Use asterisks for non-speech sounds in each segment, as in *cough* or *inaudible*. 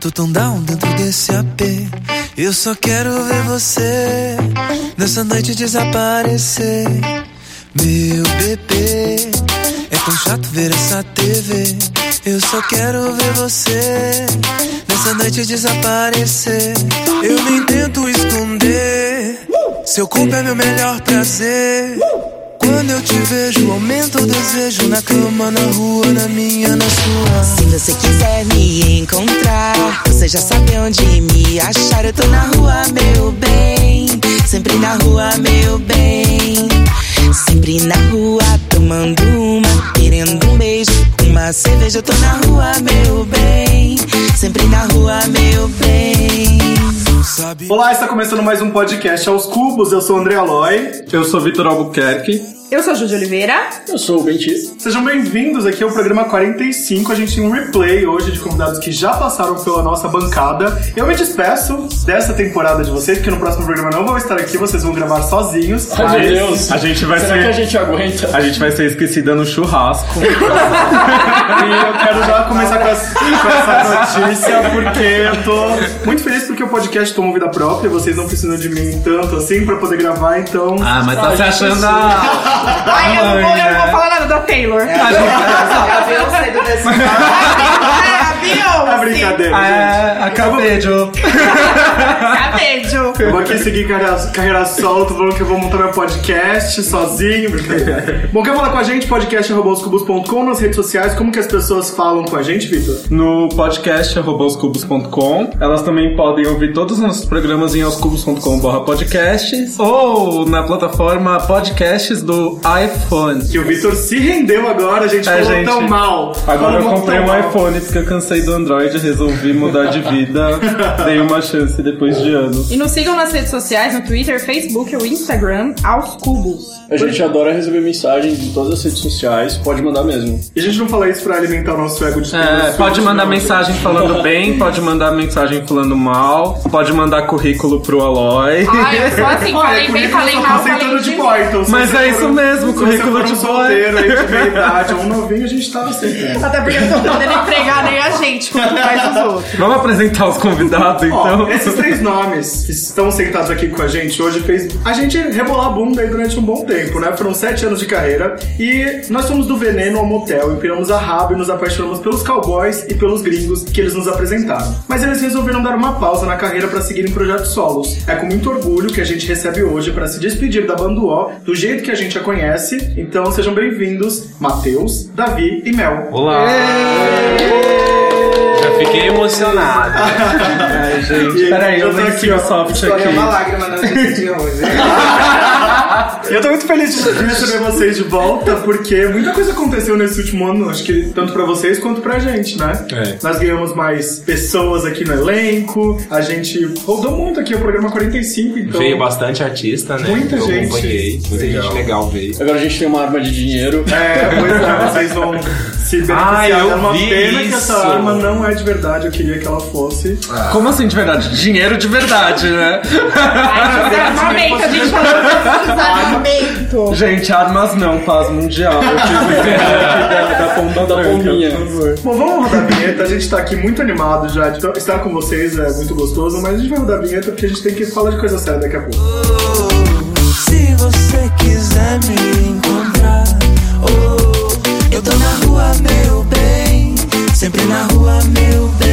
Tô tão down dentro desse AP. Eu só quero ver você nessa noite desaparecer. Meu bebê, é tão chato ver essa TV. Eu só quero ver você nessa noite desaparecer. Eu nem tento esconder. Seu corpo é meu melhor prazer. Quando eu te vejo, aumenta o desejo na cama, na rua, na minha, na sua. Se você quiser me encontrar, você já sabe onde me achar. Eu tô na rua, meu bem. Sempre na rua, meu bem. Sempre na rua, tomando uma, querendo um beijo, uma cerveja. Eu tô na rua, meu bem. Sempre na rua, meu bem. Sabe? Olá, está começando mais um podcast aos cubos. Eu sou o André Aloy. Eu sou Vitor Albuquerque. Eu sou a Júlia Oliveira. Eu sou o Bentis. Sejam bem-vindos aqui ao programa 45. A gente tem um replay hoje de convidados que já passaram pela nossa bancada. Eu me despeço dessa temporada de vocês, porque no próximo programa não vou estar aqui, vocês vão gravar sozinhos. Ai, meu Deus. a gente vai Será ser. que a gente aguenta? A gente vai ser esquecida no *laughs* churrasco. E eu quero já começar com, as- com essa notícia, porque eu tô muito feliz porque o podcast tomou vida própria. Vocês não precisam de mim tanto assim pra poder gravar, então. Ah, mas tá se achando a... Ai, eu, não vou, eu não vou falar nada da Taylor. É a Beyoncé do Brasil. *laughs* É a Beyoncé. É brincadeira, gente. É, acabei de... Cabejo. é. Eu vou aqui seguir carreira, carreira solta, falando que eu vou montar meu podcast sozinho. brincadeira. Bom, quer falar com a gente? podcast.com nas redes sociais. Como que as pessoas falam com a gente, Vitor? No podcast roboscubos.com. Elas também podem ouvir todos os nossos programas em aoscubos.com.br podcasts ou na plataforma podcasts do iPhone. Que o Vitor se rendeu agora, a gente É, falou gente. tão mal. Agora eu Falamos comprei tão um mal. iPhone porque eu cansei do Android, resolvi mudar de *laughs* vida. Dei uma chance depois de anos. E nos sigam nas redes sociais, no Twitter, Facebook ou Instagram, aos cubos. A gente adora receber mensagens em todas as redes sociais. Pode mandar mesmo. E a gente não fala isso pra alimentar o nosso ego de É, filosofia, pode mandar não. mensagem falando bem, pode mandar mensagem falando mal, pode mandar currículo pro Aloy. Ai, eu sou assim, Ah, é falei bem, falei mal, falei aceitando de de Portal. Se Mas você é for isso um- mesmo, se currículo você for um de solteiro aí *laughs* de meia idade, um novinho, a gente tá aceitando. Até porque não tô podendo entregar nem a gente quanto mais os *laughs* outros. Vamos apresentar os convidados então. Ó, esses três nomes que estão sentados aqui com a gente hoje fez a gente rebolar a bunda aí durante um bom tempo, né? Foram sete anos de carreira e nós fomos do veneno ao motel e piramos a rabo e nos apaixonamos pelos cowboys e pelos gringos que eles nos apresentaram. Mas eles resolveram dar uma pausa na carreira para seguirem projetos solos. É com muito orgulho que a gente recebe hoje para se despedir da Banduó do jeito que a gente a conhece. Então sejam bem-vindos, Matheus, Davi e Mel. Olá! Já fiquei emocionado. Ai, E gente, aí, peraí, eu eu tô venci aqui, ó, o soft Escorreu uma aqui. lágrima na noite de hoje. *laughs* Eu tô muito feliz de receber vocês de volta, porque muita coisa aconteceu nesse último ano, acho que tanto pra vocês quanto pra gente, né? É. Nós ganhamos mais pessoas aqui no elenco, a gente rodou muito aqui o programa 45, então. Veio bastante artista, né? Muita Eu gente. acompanhei. Muita Legal. gente legal veio. Agora a gente tem uma arma de dinheiro. É, pois é, vocês vão *laughs* se beneficiar. Ah, eu é uma vi pena que isso. essa arma não é de verdade, eu queria que ela fosse. Como assim de verdade? Dinheiro de verdade, né? Ai, desarmamento, a gente falou desarmamento. Gente, armas não, paz mundial. Eu tive que da, da pomba *laughs* Da branca, pombinha. por favor. Bom, vamos rodar a vinheta, a gente tá aqui muito animado já de então, estar com vocês, é muito gostoso, mas a gente vai rodar a vinheta porque a gente tem que falar de coisa séria daqui a pouco. Oh, se você quiser me encontrar, oh, eu tô na rua, meu bem. Sempre na rua, meu bem.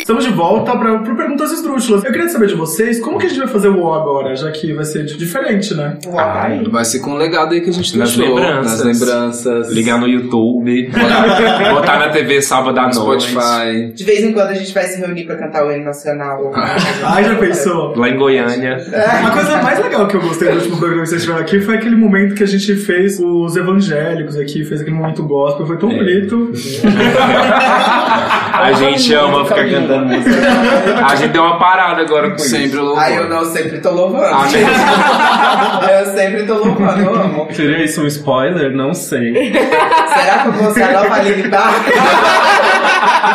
Estamos de volta para Perguntas Esdrúxulas. Eu queria saber de vocês, como que a gente vai fazer o O agora, já que vai ser diferente, né? Ai, Vai ser com o legado aí que a gente Nas deixou. lembranças. Nas lembranças. Ligar no YouTube, botar, botar na TV sábado à no noite. Spotify. De vez em quando a gente vai se reunir pra cantar o hino nacional. ou- Ai, Ah, já pensou? Lá em Goiânia. Uma coisa mais legal que eu gostei do último programa que vocês tiveram aqui foi aquele momento que a gente fez os evangélicos aqui, fez aquele momento gospel, foi É. tão bonito. A gente ama ficar cantando música. A gente deu uma parada agora com isso. Sempre o louvor. Ai, eu não, sempre tô louvando. Amém. eu sempre tô louvando, eu amo. *laughs* Seria isso um spoiler? Não sei. Será que eu vou usar a nova Aline Barra?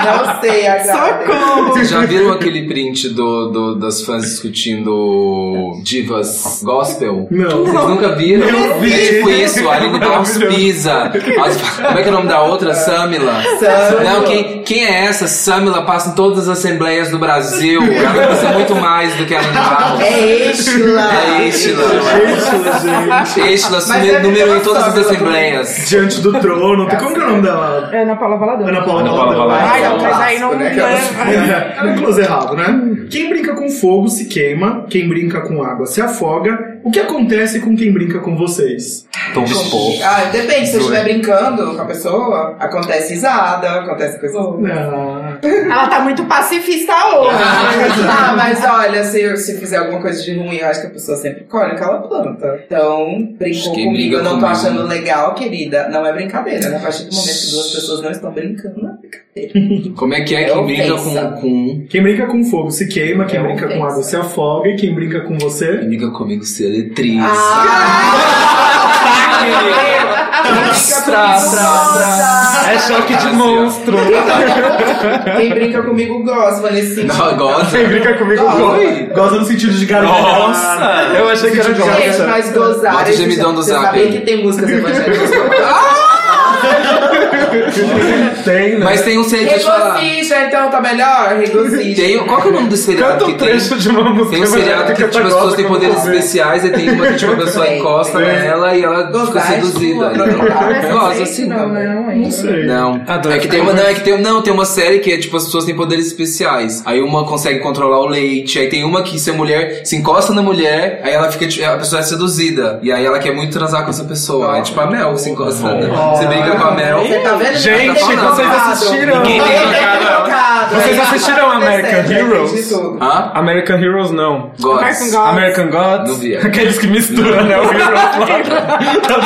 Não sei agora. Socorro! Vocês já viram aquele print do, do- das fãs discutindo divas gospel? Não. Vocês nunca viram? Eu vi. Tipo isso, a Aline Drops pisa. As- Como é que é o nome da outra? Samila. Samila. Não, quem, quem é essa? Samila passa em todas as assembleias do Brasil. Ela pisa muito mais do que a Aline Barros. É Estila. É Estila. Gente, gente. Estila Mas assume é número um em porque todas ela as sabe, assembleias. Diante do trono. Como que é o nome dela? Ana Paula Valadão. Ana Paula Ana Paula Valadão. Valadão. Ai, não, mas aí não. Né, né? que ela- É um close errado, né? Quem brinca com fogo se queima, quem brinca com água se afoga. O que acontece com quem brinca com vocês? Tom de pouco. Ah, depende, se eu estiver brincando com a pessoa, acontece risada, acontece coisa. Ah, Ela tá muito pacifista hoje. Ah, mas olha, se, eu- se fizer alguma coisa de ruim, eu acho que a pessoa sempre colhe aquela planta. Então, brincou Acho que comigo, liga eu não tô comigo. achando legal, querida. Não é brincadeira, né? A partir do momento que duas pessoas não estão brincando, não é brincadeira. Como é que é É quem brinca ofensa. com, com. quem brinca com fogo se queima, quem É brinca com ofensa. água se afoga e quem brinca com você. Quem brinca comigo ser letriz? Ah, Ah, É choque de monstro. Quem brinca comigo gosta nesse sentido. Não, gosta. Quem brinca comigo Oi. gosta. Gosta no sentido de garoto. Nossa! Eu achei que era Gente, gosta. mas gozar. Bota o gemidão do Você zap sabia aí. que tem *laughs* músicas evangélicas pra Ah! Tem, né? Mas tem um segredo de falar. Regozija, então, tá melhor? Regozija. Tem, qual que é o nome do seriado Canta que um tem? trecho de uma música. Tem um seriado evangélica que tipo, as pra pessoas gospel têm pra poderes você ver. especiais e tem uma que *laughs* tipo, a pessoa Tem, encosta nela e ela fica Gozar é seduzida. sua, aproveitar. Então, Gosta assim Não, também. não, é. Não sei. Não, Adoro é que tem uma, não, é que tem, não, tem uma série que é tipo as pessoas têm poderes especiais. Aí uma consegue controlar o leite, aí tem uma que se a mulher se encosta na mulher, aí ela fica tipo, a pessoa é seduzida e aí ela quer muito transar com essa pessoa. É tipo a Mel que se encosta. né? Você brinca com a Mel. Você tá vendo? Gente, Tá falando. vocês assistiram. Ninguém tem trocado ela. Trocado, Vocês é. assistiram American Percebe, de Heroes? tudo. Hã? American Heroes não. American Gosto. Gods. American Gods? Não vi. Aqueles que misturam, né? O Heroes lá.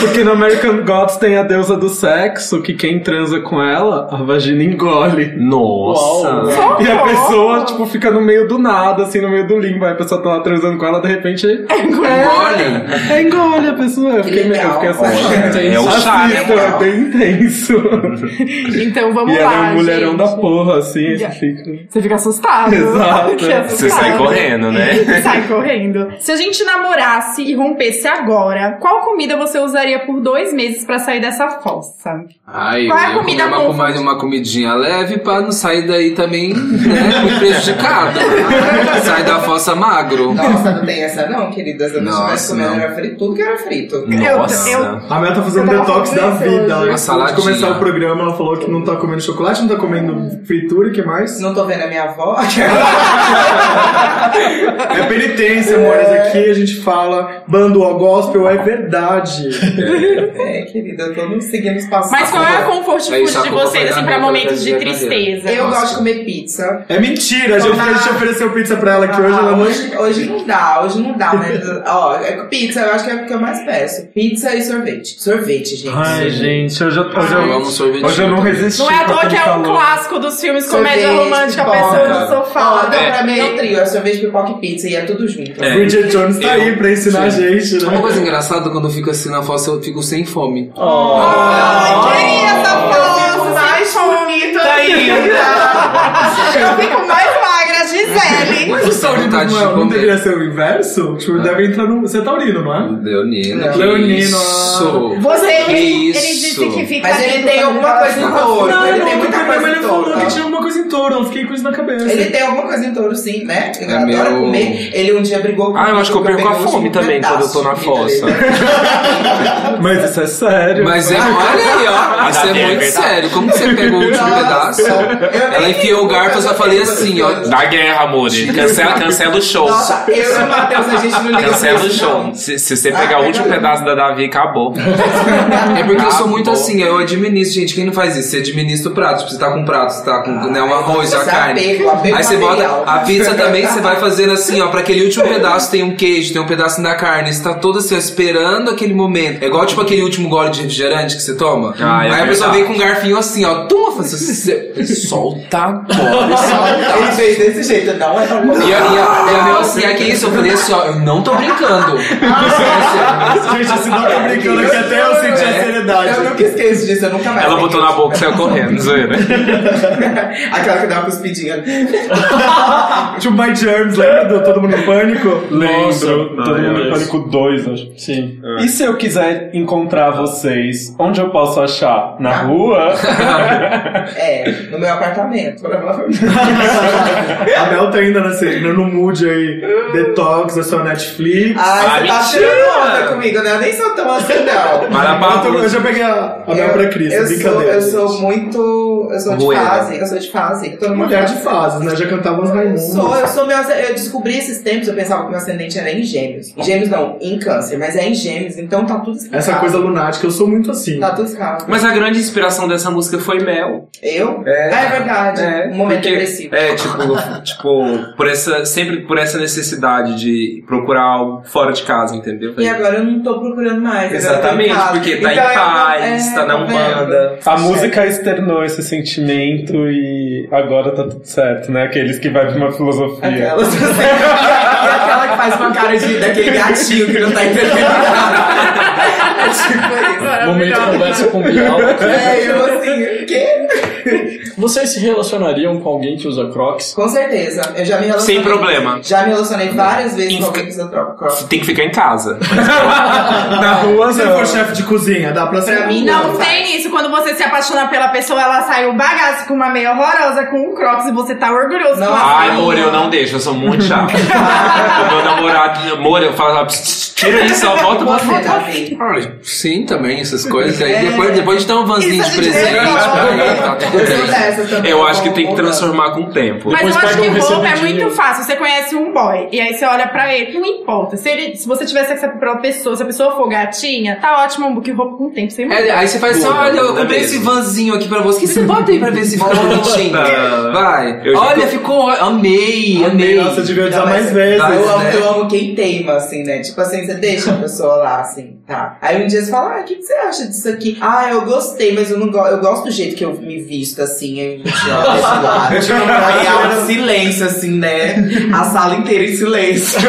Porque no American Gods tem a deusa do sexo, que quem transa com ela, a vagina engole. Nossa! E a pessoa, tipo, fica no meio do nada, assim, no meio do limbo. Aí a pessoa tá lá transando com ela, de repente. É, Engole. É, engole a pessoa. Eu fiquei, meio- eu fiquei assim. É o chá, né? Assista, é bem intenso. Então vamos E lá. ela é um mulherão gente. da porra, assim, aí você Yeah. fica. Você fica assustado. *laughs* Exato. Fica assustado. Você sai correndo, né? *laughs* Sai correndo. Se a gente namorasse e rompesse agora, qual comida você usaria por dois meses pra sair dessa fossa? Ai, Qual é a eu ia comida comer uma, boa? mais uma comidinha leve pra não sair daí também, né, *laughs* muito prejudicado. Sai da fossa magro. Nossa, não tem essa não, queridas. Eu não Nossa, estivesse comendo, não. era frito. Tudo que era frito. Nossa! Eu- A Mel tá fazendo Eu tava detox da falando isso vida. hoje. Uma Antes de saladinha. começar o programa, ela falou que não tá comendo chocolate, não tá Hum. comendo fritura, o que mais? *laughs* Não tô vendo a minha avó. *laughs* É penitência, amores. É. Aqui a gente fala bando ao gospel, é verdade. é, querida, eu tô não seguindo os passos. Mas qual é a Agora, comfort É food isso, de a culpa foi vocês, da assim, minha, pra foi momentos de da minha tristeza? Eu gosto de comer pizza. É mentira, a gente, a gente ofereceu pizza pra ela aqui hoje, Ah, ela não. hoje, hoje não dá, hoje não dá, *laughs* mas ó, é pizza, eu acho que é o que eu mais peço. Pizza e sorvete. Sorvete, gente. Ai, gente, hoje eu, hoje Eu eu, amo sorvete. hoje eu não resisti. Não é à toa pra que é tanto um calor. clássico dos filmes Sorvete, comédia romântica, a pipoca. pessoa no Ó, sofá. então né? pra mim é o trio, é sorvete, pipoca e pizza, e é tudo junto. É. Bridget Jones tá aí pra ensinar a gente, Uma né? coisa engraçada, quando eu fico assim na fossa, eu fico sem fome. Queria é essa foto mais bonita é ainda. Eu fico mais magra, Gisele. Mas o Não, vontade de não deveria comer. ser o inverso? Tipo, deve entrar no. Você é taurino, não é? Leonino. que Leonino. Isso. Você, Que ele, ele isso? disse que fica Mas ele dentro tem do- alguma coisa assim. em touro. Ele no tem outro muita programa coisa em ele falou que touro. tinha alguma coisa em touro, eu fiquei com isso na cabeça. Ele tem alguma coisa em touro, sim, né? Ele É adora meu- comer. Ele um dia brigou com Ah, eu acho que eu perco a assim. peguei um fome também pedaço quando eu tô na de comida fossa. dele. Mas isso é sério. Mas é, olha aí, ó. Isso é Davi, é muito verdade. sério. Como que você pegou o último pedaço? Ela enfiou o garfo, eu só falei assim, ó. Da guerra, Mone. Cancela, cancela o show. Nossa, eu e o Matheus, a gente não liga Cancela pra o isso, show. não. Se, se você pegar o último pedaço da Davi, *laughs* acabou. É porque eu sou muito Acabou. assim, eu administro, gente. Quem não faz isso? Você administra o prato. Tipo, Você tá com um prato, você tá com né, um arroz, a Ah, você carne. apega, apega Aí você bota material. a pizza também, você vai fazendo assim, ó. Pra aquele *laughs* último pedaço tem um queijo, tem um pedaço da carne. Você tá todo assim, ó, esperando aquele momento. É igual tipo aquele último gole de refrigerante que você toma. Ah, é Aí a pessoa verdade. vem com um garfinho assim, ó. Toma, faz assim, você- solta agora. *laughs* Ele fez desse jeito, não é uma E a, e a, e a minha auxiliar que isso, eu falei assim, ó, eu não tô *laughs* brincando. Assim, *laughs* Gente, esse não tá brincando aqui até eu senti a seriedade. Eu nunca esqueço disso, eu nunca mais. Ela botou na boca e saiu correndo, zoeira. Aquela que dá uma cuspidinha. Tipo, My Germs, lembra do Todo Mundo em Pânico? Ah, Lembro. Todo Ai, Mundo ai. em Pânico 2, acho. Sim. E se eu quiser encontrar vocês, onde eu posso achar? Na rua? É, no meu apartamento. A Mel tá ainda na cena, no mood aí. Detox, é só Netflix. Ai, você tá Ah, mentira! tirando onda comigo, né? Eu nem sou tão assim, não. Ah, eu, tô- eu Marabá, já peguei a, a Mel pra Cris, eu sou, brincadeira. eu sou muito. Eu sou de Rueda. fase, eu sou de fase. Eu tô numa mulher de fases, né? Já cantava uns Raimundos. Sou, eu sou meu. Eu descobri esses tempos, eu pensava que meu ascendente era em gêmeos. Em gêmeos não, em câncer, mas é em gêmeos, então tá tudo explicado. Essa coisa lunática, eu sou muito assim. Tá tudo explicado. Mas a grande inspiração dessa música foi Mel. Eu? É. Ah, é verdade. um momento porque- depressivo. É, tipo, *laughs* tipo, por essa, sempre por essa necessidade de procurar algo fora de casa, entendeu? E agora eu não tô procurando mais. agora eu tô em Exatamente, casa. porque tá em Então eu não- paz, é, tá na vendo? Umbanda. A música externou esse sentimento e agora tá tudo certo, né? Aqueles que vai pra uma filosofia. Aquela, E aquela que faz uma cara de, daquele gatinho que não tá entendendo nada. É tipo isso. Momento conversa com o Bial. É, eu assim, o quê? *laughs* Vocês se relacionariam com alguém que usa Crocs? Com certeza. Eu já me relacionei. Sem problema. Já me relacionei várias vezes com Inf- alguém que usa tro- crocs. Tem que ficar em casa. Na rua, Se eu for chefe de cozinha, dá pra ser. tá. Pra mim, Não Não, tem isso. Quando você se apaixona pela pessoa, ela sai um bagaço com uma meia horrorosa, com um crocs e você tá orgulhoso. Não. com a- Ai, amor, eu não deixo, eu sou muito chato. O meu namorado, amor, eu falo, "Pss, tira isso, ó, volta pra Você, foto. Davi. olha, sim, também, essas coisas. Aí É. depois, depois de dar um vanzinho Isso de a gente presente, resolve. aí tá tudo Eu sou bem. dessas também. Eu acho que tem que Vou- vou- transformar com o tempo. Mas Depois eu acho que pega um roupa é recebidinho. muito fácil. Você conhece um boy e aí você olha pra ele. Não importa. Se, ele, se você tiver sexo pela pessoa, se a pessoa for gatinha, tá ótimo. Que roupa com o tempo você muda. É, aí você faz assim, Muda, olha, eu muda comprei mesmo. esse vanzinho aqui pra você. O que você bota aí pra ver se fica bonitinho? tá Vai. Eu já Olha, tô- ficou. ó- Amei, amei. Nossa, eu devia usar Não, mas- mais vezes. Vai, Eu amo, né? eu amo quem teima, assim, né? Tipo assim, você deixa a pessoa lá, assim, tá? Aí um dia você fala, ah, o que, que você acha disso aqui? Ah, eu gostei, mas eu não gosto. Eu gosto do jeito que eu me visto, assim, eu me tiro desse *laughs* lado. Aí há um silêncio, assim, né? A sala inteira em *laughs* silêncio.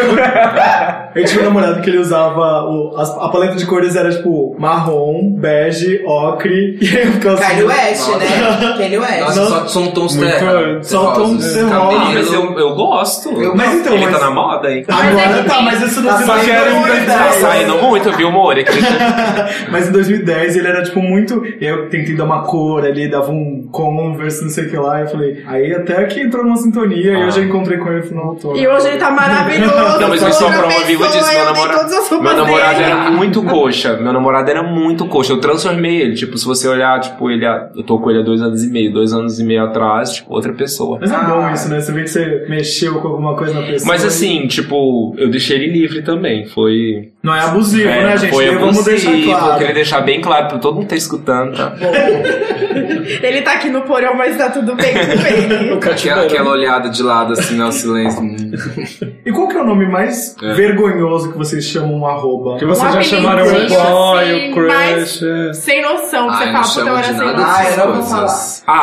Eu tinha um namorado que ele usava o- as- a paleta de cores era tipo marrom, bege, ocre *laughs* e aí eu ficava assim. Kanye West, né? Kanye West. Nossa, só são tons terra. antes. Só tons Você terra. fala, Ah, cabelo- mas eu, eu gosto. Eu- Mas então, Ele mas- tá na moda, hein? Mas é Agora que tá, tem- mas isso não tá se saindo lembra muito, muito. Tá saindo muito, viu, amor? É que- Mas em 2010 ele era tipo muito. Eu tentei dar uma cor ali, dava um converse, não sei o que lá. Eu falei, aí até que entrou numa sintonia e eu já encontrei com ele no autor. E hoje ele tá maravilhoso. Não, mas me sou outra sobrou uma pessoa, viva disso. Meu eu tenho namorado, todas as roupas meu namorado dele. era muito coxa. Meu namorado era muito coxa. Eu transformei ele. Tipo, se você olhar, tipo, ele. há- Eu tô com ele há dois anos e meio. Dois anos e meio atrás, tipo, outra pessoa. Mas é bom isso, né? Você vê que você mexeu com alguma coisa na pessoa. Mas e- assim, tipo, eu deixei ele livre também. Foi. Não é Tipo, abusivo, é, né, gente? foi E Vamos deixar abusivo. Eu claro. queria deixar bem claro pra todo mundo que tá escutando, tá? Ele tá aqui no porão, mas tá tudo bem *laughs* com ele. Aquela, aquela olhada de lado assim, não, silêncio. Hum. E qual que é o nome mais vergonhoso que vocês chamam um arroba? Que vocês Um já chamaram o apelidinho, boy, assim, o crush. é. Sem noção, que você Ai, fala, não puta, eu chamo era de sem noção. nada dessas Ah, eu não vou coisas. Ah,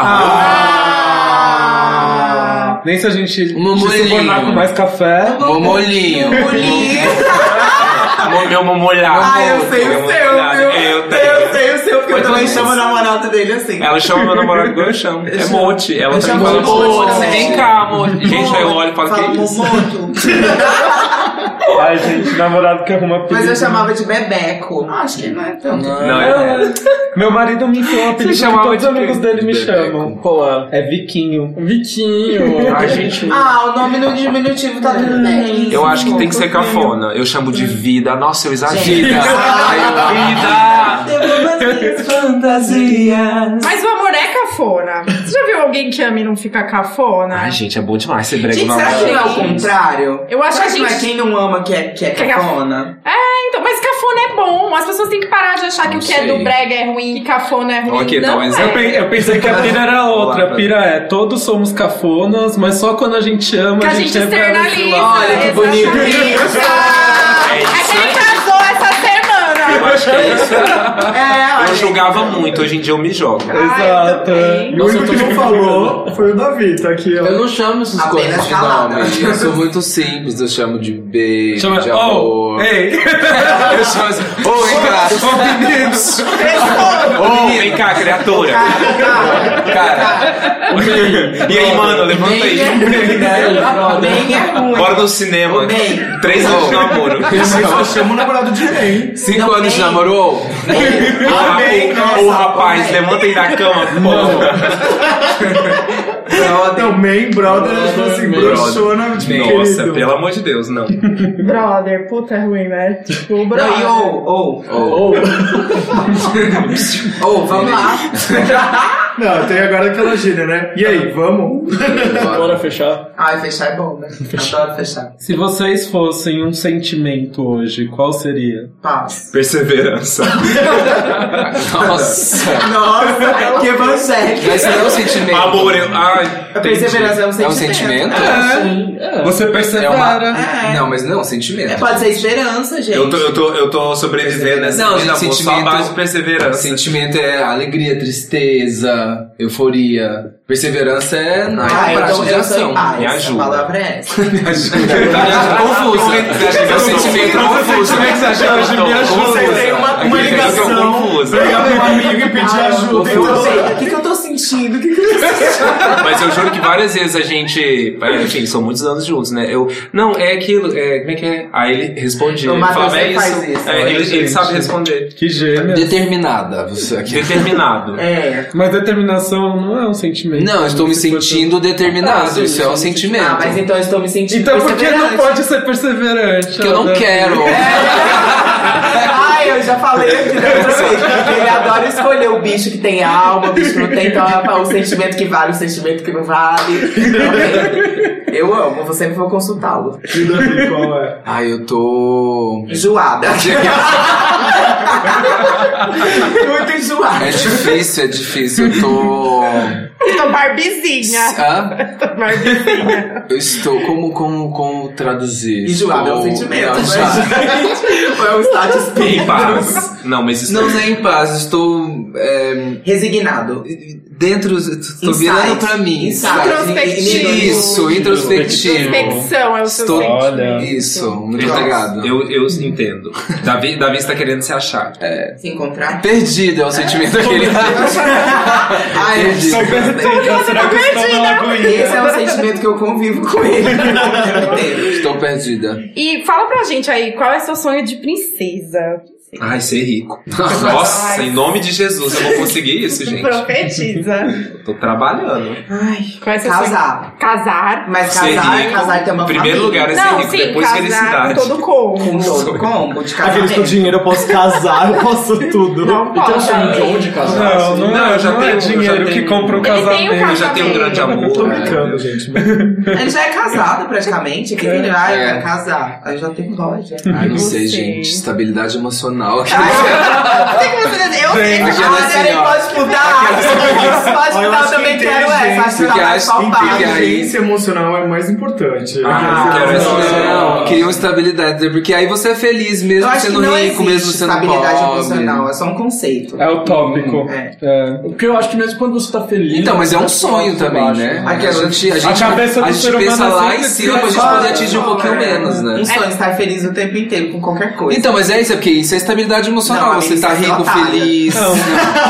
Ah. Nem se a gente Um te molhinho. subornar com mais café. Momolinho. mo- meu mamolhado. Ah, eu sei o seu, viu? Eu tenho. Eu sei o seu, porque eu Mas também também- chamo o namorado dele assim. Ela chama meu namorado igual eu chamo. É Monte. Ela tá chamo falando, de Monte, "Pô, vem né? cá, amor. Gente, aí eu olho e falo, Fala que é isso? Momoto. *laughs* Ai, gente, namorado que arruma apelido. Mas eu chamava de Bebeco. Acho que não é tão. Não, é. Meu marido me enfiou um apelido que chamava todos os de quê? amigos dele me Bebeco. chamam. Qual é? É Viquinho. Viquinho. Ai, gente. Ah, o nome no diminutivo tá tudo bem. Eu acho que tem que ser cafona. Eu chamo de vida. Nossa, eu exagero. Vida. Ai, vida! fantasias. Mas o amor é cafona. Você já viu alguém que ama e não fica cafona? Ai, gente, é bom demais ser brega Gente, no será que não é o amor. contrário? Eu acho Será que a não é gente- quem não ama que é, que é Que é *laughs* cafona? Então, mas cafona é bom. As pessoas têm que parar de achar que o que é sei. do brega é ruim, que cafona é ruim. Ok, tá, não mas é. Eu pe- Eu pensei que a pira era outra. A pira é todos somos cafonas, mas só quando a gente ama Que a a gente gente revela esse externaliza. lado. Olha que bonito. Exatamente. É que ele casou essa semana. É, Eu julgava muito, hoje em dia eu me jogo. Exato. também. E o único que não falou foi o Davi, tá aqui, ó. Eu não chamo essas Apenas coisas de calada. nome. Eu sou muito simples. Eu chamo de beijo, Chama- de Oh, amor. ei! Eu chamo assim, ô, vem cá. Ô, vem cá, criatura. Cara, *laughs* E aí, mano, levanta Bem é aí. ruim, né? Bem é ruim. Bora no cinema. Bem. Três anos de namoro. Só chama o namorado de bem. cinco anos de bem. namoro, ô. Ô, rapaz, levanta aí da cama, pô. Não, main brother, ele falou assim, Main broxona, tipo, Nossa, querido. pelo amor de Deus, não. Brother, puta é ruim, né? Tipo, brother. Não, e ou, ou, Ô, ou, vamos *laughs* lá. Não, tem agora aquela gíria, né? E aí, vamos? Bora fechar. Ai, fechar é bom, né? Adoro fechar. Se vocês fossem um sentimento hoje, qual seria? Paz. Perseverança. Nossa. Nossa, *laughs* que evangelho. Mas não é um sentimento. Amor, eu. Ai. A perseverança é um É um sentimento. Ah, sentimento? Você É percebeu? uma... É. Não, mas não é um sentimento. É, Pode ser esperança, gente. Eu tô, eu tô, eu tô sobrevivendo nessa Não, vida, gente, amor, só a sentimento- base de perseverança. Sentimento é alegria, tristeza, euforia. Perseverança é na Ah, eu prática tô, de eu tô em ação. paz. Me A ajuda. palavra é essa. *laughs* *laughs* Confuso. É um sentimento confuso. Como é que você acha que eu Me estou? ajuda. Confusa. Tem uma, uma Aqui, eu tô ligação, confusa. pegar meu amigo e pedir ajuda. Eu sei, Então, O que, que eu tô sentindo? O que, que eu Mas eu juro que várias vezes a gente. é, Enfim, são muitos anos juntos, né? Eu. Não, é aquilo. É, como é que é? Aí ele respondia. O Ele Matheus falava, é sempre isso. faz isso, É, olha, ele, ele gente. sabe responder. Que gêmea. Determinada, você aqui. Determinado. É. Mas determinação não é um sentimento. *laughs* Não, eu estou me Se fosse- sentindo Ah, determinado. sim, Isso é um sim. sentimento. Ah, mas então eu estou me sentindo Então por que não perseverante. pode ser perseverante? Que então eu não Ana? quero. É. Ai, eu já falei aqui da outra vez. Ele adora escolher o bicho que tem alma, o bicho que não tem, então é o sentimento que vale, o sentimento que não vale. Ok. Eu amo, você sempre vou consultá-lo. e Davi, qual é? Ah, eu tô. Enjoada. Muito enjoada. É difícil, é difícil. Eu *laughs* tô. Então, Barbizinha. Hã? Barbizinha. Eu estou. Como, como, como traduzir? Enjoada é um Estou- sentimento, Não, né, já. gente? Ou *laughs* é um status Em quo? paz. Não, mas isso Não, não é em paz, estou. é, Resignado. dentro. Estou Insight. virando pra mim. Insight. sabe? Introspectivo. Isso, introspectivo. Inspecção é o seu Estou- sentimento. Olha. Isso, muito Eu- obrigado. Eu, eu entendo. Davi, Davi está querendo se achar. Se encontrar. Perdido é o sentimento daquele. Ai, Perdido. *laughs* Só pensei, então, será que eu estou na lagoinha? Esse é um sentimento que eu convivo com ele. Estou perdida. E fala pra gente aí, qual é seu sonho de princesa? Ai, ser rico. Nossa, em nome de Jesus, eu vou conseguir isso, gente. Profetiza. Eu Tô trabalhando. Ai, Qual é seu sonho? casar. Casar. Mas Ser casar, é rico, casar e ter uma em primeiro família. lugar é ser Não, rico, sim, depois casar felicidade. com todo como. Com todo combo Aqueles de com casamento. dinheiro eu posso casar, eu posso tudo. *laughs* Não E tem um pode. sonho de onde casar? Não, não, Não, é, eu já não é tenho- eu já dinheiro que tenho- compra o Ele tem um casamento. Eu já tenho um grande amor. Tô né? brincando, gente. A gente já é casado praticamente. Que vira, ai, É. vai casar. Aí já tem loja. Ai, não sei, Ah, sei. gente. Estabilidade emocional. *laughs* Ah, Eu sei que Aquela a assim, ele ó. pode mudar. Pode Olha, eu mudar, eu acho que também quero inteligente, essa. Acho que porque tá mais acho que palpável. inteligente. Inteligência emocional é mais importante. tá Ah, eu quero essa- Não, eu queria uma estabilidade, porque aí você é feliz Eu mesmo acho que sendo não rico, existe mesmo sendo estabilidade emocional. pobre. É só um conceito. É utópico. É. É. Porque eu acho que mesmo quando você tá feliz. Então, mas é um você tá sonho alto também, baixo, né? Aqui, A gente, a gente, cabeça do a gente ser humano pensa lá é em sempre cima pra gente criada. poder atingir um pouquinho menos, né? Um sonho, estar feliz o tempo inteiro com qualquer coisa. Então, mas é isso, é porque isso é estabilidade emocional. Não, você tá amiga, rico, você é otária. feliz. Não.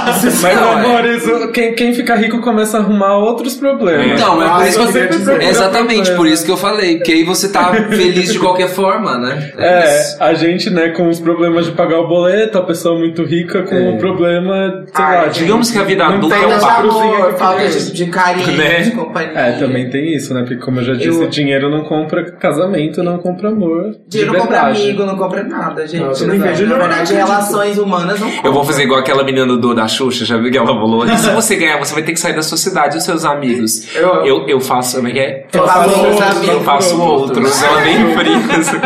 Mas, né? Não, é. amores, quem, quem fica rico começa a arrumar outros problemas. Então, é Ah, por eu isso queria que. dizer. é Exatamente, por isso que eu falei. Porque aí você tá feliz de qualquer forma, né? É, a gente, né, com os problemas de pagar o boleto, a pessoa muito rica com um o problema, sei Ai, lá, gente. de... Ah, Digamos que a vida Não adulta é Falta um de barco. amor, falta de, de carinho, Né? de companhia. É, também tem isso, né? Porque como eu já disse, Eu- dinheiro não compra casamento, não compra amor. de Dinheiro não compra verdade. amigo, não compra nada, gente. Não, eu também vejo, na eu não verdade, acredito. relações humanas não compram. Eu vou fazer fazer igual aquela menina do do da Xuxa, já viu que ela falou? E se você ganhar, você vai ter que sair da sua cidade e os seus amigos. Eu- Eu, eu, faço, como é que é? Eu Tá faço outros, Eu faço outros. Ela bem fria. assim.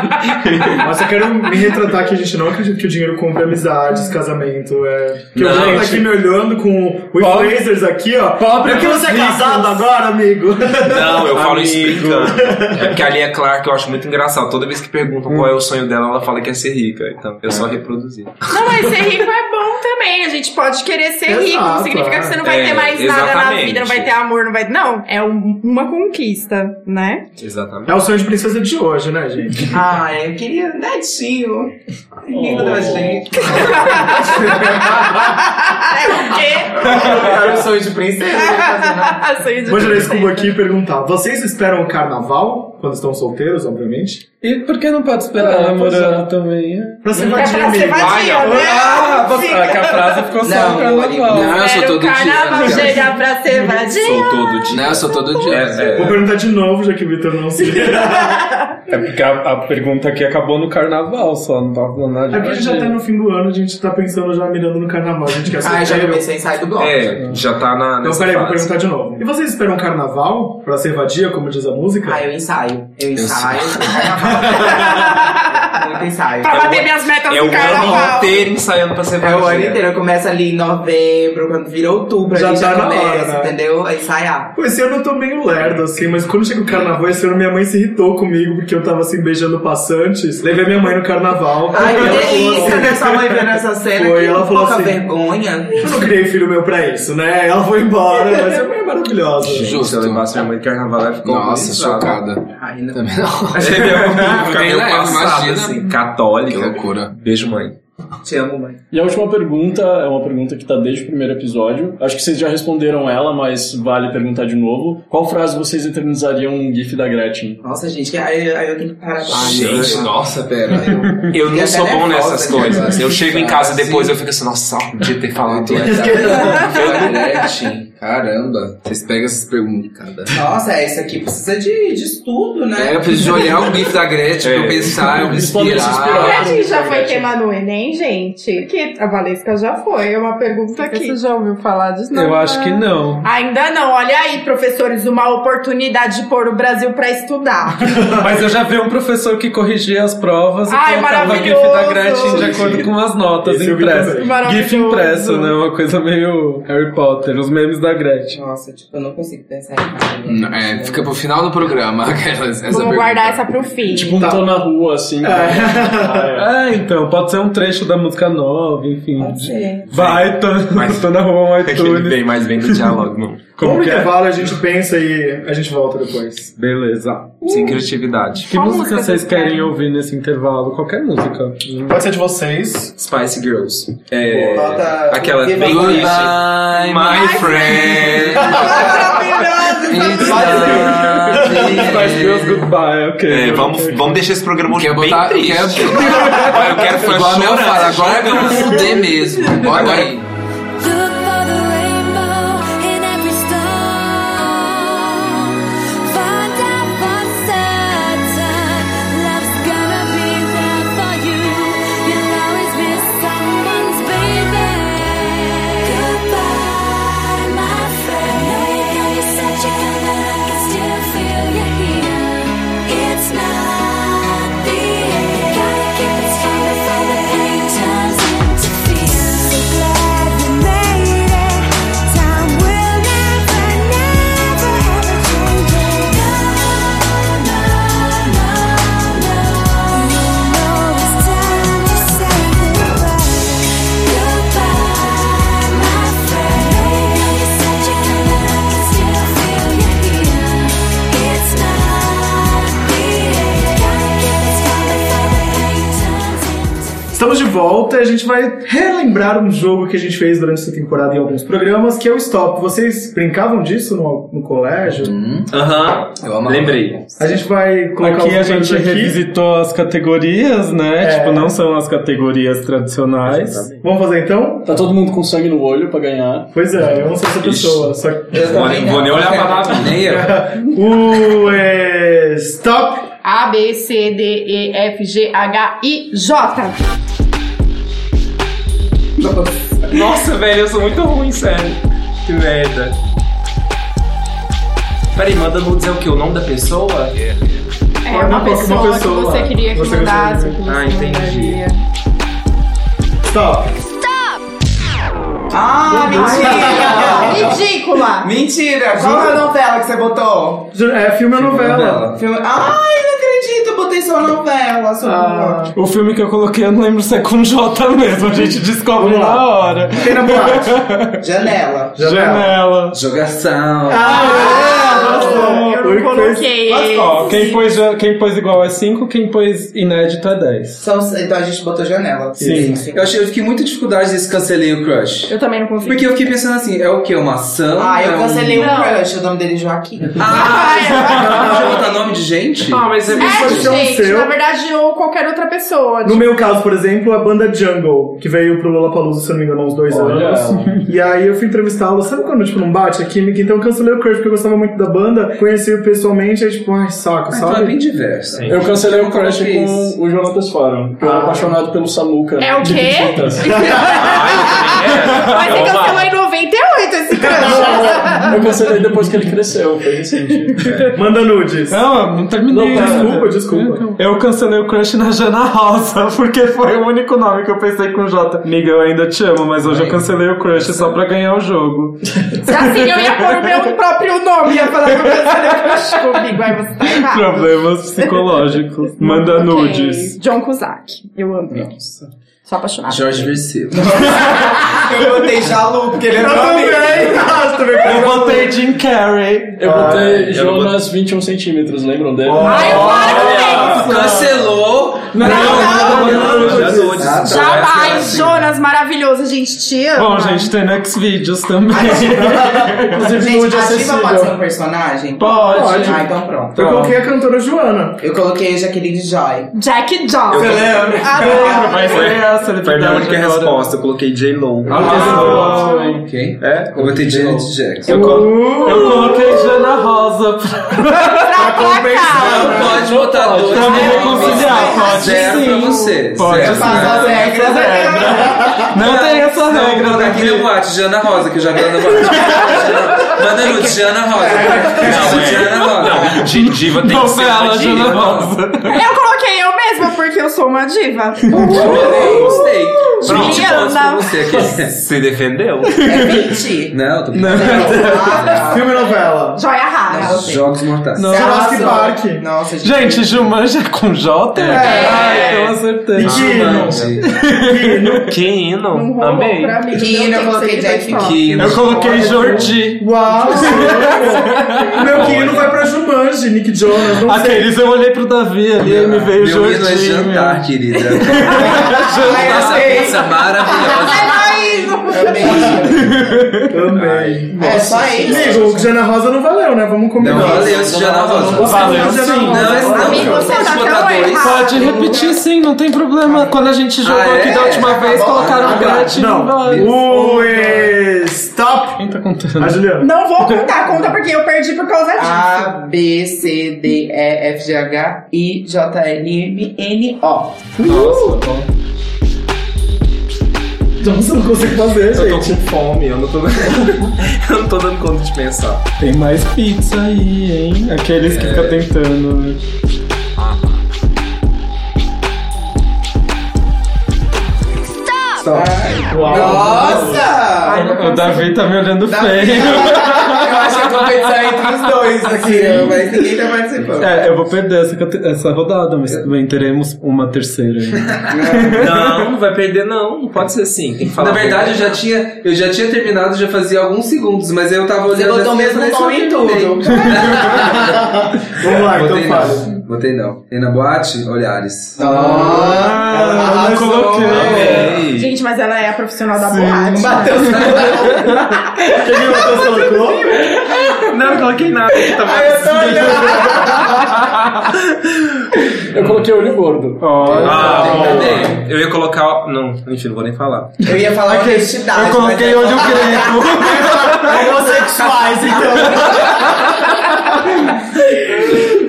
Mas eu quero me retratar que a gente não acredita que o dinheiro compre amizades, casamento. É... Que o Não, Bruno tá aqui me olhando com o influencers aqui, ó. Pobre é que você é dos casado agora, amigo. *laughs* Não, eu falo isso Amigo. brincando. É porque a Lia Clark eu acho muito engraçado. Toda vez que perguntam qual é o sonho dela, ela fala que é ser rica. Então, eu só reproduzi. Não, mas ser rico é bom também. A gente pode querer ser Exato, rico. Não significa que você não vai é. ter mais nada na Exatamente. vida, não vai ter amor, não vai. Não, é um- uma conquista, né? Exatamente. É o sonho de princesa de hoje, né, gente? Ai, Ah, eu queria né, netinho. Ai, Lindo da gente. é o quê? Era o sonho de princesa. não ia fazer nada. Sonho de Vou gerar esse princesa. cubo aqui e perguntar: vocês esperam o carnaval? Quando estão solteiros, obviamente? E por que não pode esperar Ah, namorando também? Pra se É invadir, pra ser amigo. vadia, né? Ah, você, ah, que a frase ficou só Não, no carnaval. não, eu sou Espero o todo carnaval dia. chegar pra ser vadia. Sou todo dia. Não, eu sou todo dia. É, Vou é. perguntar de novo, já que o Vitor não se. *laughs* É porque a, a pergunta aqui acabou no carnaval só, não tava falando nada de É porque a gente já tá no fim do ano, a gente tá pensando já mirando no carnaval, a gente quer Ai, Ah, já solteiro. comecei a sair do bloco. É, já tá na. Então, nessa peraí, vou fase. perguntar de novo. E vocês esperam carnaval pra ser vadia, como diz a música? Ah, eu ensaio. Eu ensaio. Muito ensaio. Pra bater minhas metas É no o ano carnaval. inteiro ensaiando pra ser É o ano vadia. inteiro, começa ali em novembro, quando vira outubro, Já a gente já tá na hora, começa, né? entendeu? A ensaiar. Pô, Esse ano eu tô meio lerdo, assim, mas quando chega o carnaval, esse ano minha mãe se irritou comigo porque eu tava assim beijando passantes. Levei minha mãe no carnaval. Ai, E que ela falou delícia, assim, né? Sua mãe vendo essa cena, Foi, que ela falou pouca assim- vergonha. Eu não criei filho meu pra isso, né? Ela foi embora, mas minha mãe é maravilhosa. Gente, se Justo. eu levasse minha mãe de carnaval, ela ficou Nossa, chocada. Ai, não. Também não. Entendeu? *laughs* Fica Nem meio leva, passada, imagina. assim. Que Católica. loucura. Beijo, mãe. Te amo, mãe. E a última pergunta é uma pergunta que tá desde o primeiro episódio. Acho que vocês já responderam ela, mas vale perguntar de novo. Qual frase vocês eternizariam um GIF da Gretchen? Nossa, gente, que aí, aí eu tenho que parar. Ai, Gente, nossa, pera. Eu E não até sou bom nervosa, nessas né? coisas. Eu chego em casa Sim. depois eu fico assim, nossa, eu podia ter falado Tô antes. essa Gretchen. Caramba, vocês pegam essas perguntas. cara. Nossa, essa aqui precisa de, de estudo, É, né? eu preciso olhar o GIF da Gretchen pra eu É. pensar, eu me Principalmente A inspirar. inspirar. Ah, Gretchen já foi queimar no Enem, gente? Que a Valesca já foi. É uma pergunta que você já ouviu falar disso? Eu acho que não. Ainda não. Olha aí, professores, uma oportunidade de pôr o Brasil pra estudar. Mas eu já vi um professor que corrigia as provas e Ai, colocava GIF maravilhoso. da Gretchen de acordo com as notas Esse eu vi impressas. também. Maravilhoso. GIF impresso, né? Uma coisa meio Harry Potter, os memes da Gretchen. Nossa, tipo, eu não consigo pensar em Hum, nada. É, fica pro final do programa. aquelas- Essa Vamos pergunta. guardar essa pro fim. Tipo um tô na rua, assim. Ah, É, então, pode ser um trecho da música nova, enfim. Pode ser. Vai, tô, Mas- tô na rua, um É que ele iTunes. vem, mas vem no diálogo, não. Como Vamos que no é? intervalo, a gente pensa e a gente volta depois. Beleza. Sem criatividade. Que Qual música música vocês vocês querem querem? ouvir nesse intervalo? Qualquer música. Pode ser de vocês. Spice Girls. É. Bota- Aquela Viva bem Goodbye, triste. My friend. Spice Girls Goodbye, ok. É, vamos, vamos deixar esse programa hoje Quer bem botar. triste. Quer, Eu quero fã igual a Mel chorando. fala, agora que eu vou fuder mesmo. Bora Agora- aí. Look for the rainbow in every storm. Find out for certain love's gonna be there for you. You'll always be someone's baby. Goodbye, my friend. I know you know you said you're gonna, I can still feel you here. It's not the end. Gotta keep it strong before the pain turns into fear. So glad we made it. Time will never, never ever change it. No, no, no, no. You know it's time to say goodbye. Goodbye, my friend. I know you said you're gonna, I can still feel you here. It's not the end. Gotta keep it strong before the pain turns into Estamos de volta e a gente vai relembrar um jogo que a gente fez durante essa temporada em alguns programas, que é o Stop. Vocês brincavam disso no, no colégio? Aham. Eu amava. Lembrei. A gente vai colocar Aqui a os números gente aqui. revisitou as categorias, né? É. Tipo, não são as categorias tradicionais. Vamos fazer então? Tá todo mundo com sangue no olho pra ganhar. Pois é, eu não sou essa pessoa. Só que... Eu Vou, também nem- vou nem olhar pra nada. Nem eu. O é, Stop. A, B, C, D, E, F, G, H, I, J. Nossa, velho, eu sou muito ruim, sério. Que merda. Peraí, manda eu dizer o que? O nome da pessoa? É uma pessoa, que você queria que Você mandasse. que Ah, você entendi. mandaria. Stop. Ah, mentira! Ridícula! mentira! Qual é a novela que você botou? É filme ou novela? Filme- Ai, não acredito, eu botei sua novela, sua Ah, o filme que eu coloquei, eu não lembro se é com J mesmo, a gente descobre Vamos lá. na hora. Tem na boate. Janela. Janela. Janela. Jogação. Ah, Eu não coloquei esse. Ó, quem pôs, ja- quem pôs igual é 5, quem pôs inédito é 10. Só os- então a gente botou janela. Sim. Eu, achei, eu fiquei muito dificuldade desse cancelei o crush. Eu também não consegui. Porque eu fiquei pensando assim, é o que? Uma ação? Ah, é eu um- cancelei o Não. crush, o nome dele é Joaquim. Ah, deixa eu botar nome de gente? Ah, mas é É, pode ser um gente, seu. na verdade, ou qualquer outra pessoa. No meu caso, por exemplo, a banda Jungle, que veio pro Lollapalooza, se eu não me engano, há uns dois Olha. anos. E aí eu fui entrevistá-lo. Sabe quando, tipo, não bate a química? Então eu cancelei o Crush, porque eu gostava muito da banda. Conheci-o pessoalmente, aí tipo, ai, saco, Então tá é bem sabe? diverso. Eu cancelei o crush Eu fiz. com o Jonatas Fórum. Eu era apaixonado pelo Samuca. É o de quê? um *laughs* Pititas. Mas é você cancelou em 98 esse crush. Eu cancelei depois que ele cresceu, foi recente. *laughs* Manda nudes. Não, não terminei. Não, ainda. desculpa, Então, desculpa. Eu cancelei o crush na Jana Rosa, porque foi o único nome que eu pensei com J. Miga, eu ainda te amo, mas hoje eu cancelei o crush só pra ganhar o jogo. assim, eu ia pôr o meu próprio nome. Ia falar que eu cancelei o crush comigo. Aí você tá errado. Problemas psicológicos. Manda Ok. nudes. John Cusack. Eu amo ele. Sou apaixonada. Jorge Versilo. Eu botei Jalu, porque ele *laughs* é Eu botei Jim Carrey. Eu é, botei Jonas 21 centímetros, lembram dele? Ah, Ai, claro que tem. Cancelou. Não, não, Já dou de- Jamais, Jonas, maravilhoso. Gente, te amo. é assim. Bom, gente, tem next videos também. Inclusive, Gente, nude ativa pode ser um acessível. personagem? Pode. Ah, então pronto. Eu coloquei a cantora Joana. Eu coloquei Jaqueline Joy. Jack John. Lembra, mas Foi- é a celebridade Foi minha única agora. resposta, eu coloquei J-Lo. Ah, Quem? É? Eu botei Janet Jackson. eu, colo- eu coloquei Jana Rosa pra, Pra tá placar. Não, pode botar dois. pra me né? reconciliar. Pode Zero pra sim. você. Pode Zero. sim. Faz as regras. né? Não tem essa regra, Não, aqui na Davi. boate, Jana Rosa, que eu já vi lá na *laughs* boate. Jana- Manda no Jana Rosa. Não, é Jana é. Rosa. Não, de diva tem que ser uma Novela Jana diva. Rosa. Eu coloquei eu mesma porque eu sou uma diva. Gostei, gostei. Juliana. 20 pontos pra você aqui. Se defendeu. É *laughs* mentir. Não, tô Filme e novela. Joia rara. Jogos Mortais. Não. Jurassic Arrasou. Park. Nossa, gente. Gente, Jumanji é com J? É. Ah, então acertei. Jumanji. Que Não hino. Um rolou Amei. pra mim. Quino, Não eu coloquei tem que ser Jack diferente. Que Eu coloquei Jordi. Uau! *laughs* Meu querido vai pra Jumanji, Nick Jonas, não sei. Aqueles eu olhei pro Davi ali e me veio Meu Jordi. hino assim, é meu. *laughs* jantar, *laughs* querida. Jantar. Nossa amei. pizza maravilhosa. Amei. É só isso. Amigo, o Jana Rosa não valeu, né? Vamos combinar. Não, Então, valeu esse Jana Rosa. Ah, Valeu, assim. sim. Não, esse não. Amigo, você Pode tá botar tão dois. errado. Pode repetir sim, não tem problema. Quando a gente jogou Ah, é? aqui da última vez, Tá bom, colocaram tá bom. grátis. Não. Ui, stop! Quem tá contando? A Juliana. Não vou contar, conta porque eu perdi por causa disso. A, B, C, D, E, F, G, H, I, J, N, M, N, O. Nossa, não consigo fazer, Eu tô gente. com fome, eu não tô Eu não tô dando conta de pensar. Tem mais pizza aí, hein? Aqueles que ficam tentando. né? Nossa! O Davi tá me olhando feio. Eu acho que eu vou pensar entre os dois aqui, né? mas ninguém tá participando. É, eu vou perder essa, cate- essa rodada, mas tudo bem, teremos uma terceira ainda. Não, não vai perder, não. Não pode ser assim. Tem que falar. Na verdade, eu já tinha, eu já tinha terminado, já fazia alguns segundos, mas eu tava olhando botou o assim, mesmo eu falei, nome em "Esse eu tudo." terminei." Vamos lá, Ah, então Botei fala. não. Botei não. Tem na boate, olhares. Ah, não arrasou, coloquei. Amei. Gente, mas ela é a profissional da boate. Quem me matou, você colocou? Não, eu coloquei nada. Eu tava Eu coloquei olho gordo. Ah, Tem boa. também. Eu ia colocar. Não, enfim, não vou nem falar. Eu ia falar honestidade. Eu mas coloquei eu- olho grego. Homossexuais, então.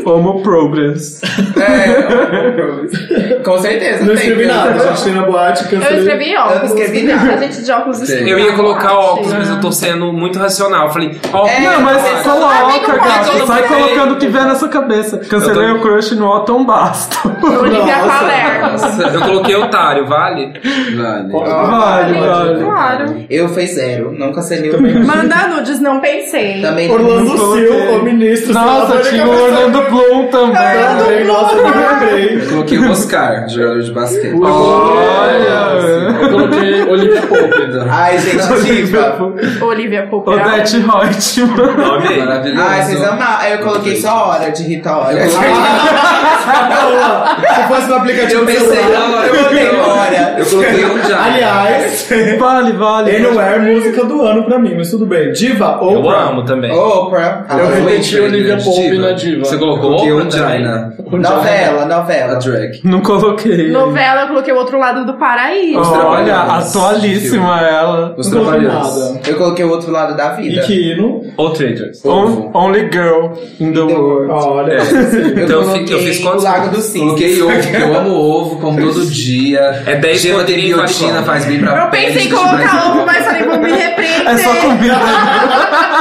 Homo Progress. É, com certeza. Não tem, escrevi porque- nada, a gente tem na boate, Eu cancelei. escrevi óculos. né? Eu não escrevi nada. A gente de óculos escuro. Eu ia colocar Ah, óculos, sim. mas eu tô sendo muito racional. Eu falei, óculos. Não, mas óculos. amigo, coloca, pode, gato. eu Sai sei. colocando o que vier na sua cabeça. Cancelei Eu o crush no Otton Basto. Olivia Nossa. Palermo. eu coloquei otário, vale? Vale. Vale, vale. Claro. Eu fui zero, não cancelei o meu. Mandar nudes, não pensei. Também *laughs* Orlando Coloquei. Sil, o ministro. senador, Nossa, tinha que É, o a pessoa- Orlando Bloom também. Lembrei, nossa, me lembrei. *laughs* Eu coloquei o Oscar, jogador de basquete. É. Olha! Eu coloquei Olivia Pope. Ai, gente, diva. Olivia Popper. Odete Reutemann. Amei. Maravilhoso. Ai, Ah, vocês amaram. Eu coloquei só hora de Rita Hora. *laughs* Se fosse no aplicativo Eu pensei celular. na hora. Eu botei hora. Eu coloquei um já. Aliás, Vale, vale. Anywhere, música do ano pra mim, mas tudo bem. Diva, ou Eu amo também. Oprah. Eu Oprah repeti Winfrey, Olivia né, Pope diva. na diva. Você colocou Coloquei Oprah um também? Jaina. é. Novela, novela. A drag. é. Não coloquei. Novela, eu coloquei o outro lado do paraíso. Olha, Trabalhadores. atualíssima ela. Os Não coloquei trabalhadores. Eu coloquei o outro lado da vida. Iquino. Ou Traitors. On- only girl in the world. Olha, tá assim. Então eu, fi- coloquei eu fiz o quantos? Lago do Cisne. Coloquei ovo, porque eu amo ovo, como todo dia. É dez Gema de potinhos, vale biotina quanto? faz bem pra Eu pensei em pele, colocar mas- ovo, *laughs* mas falei, vou me repreender. É só *laughs* comida.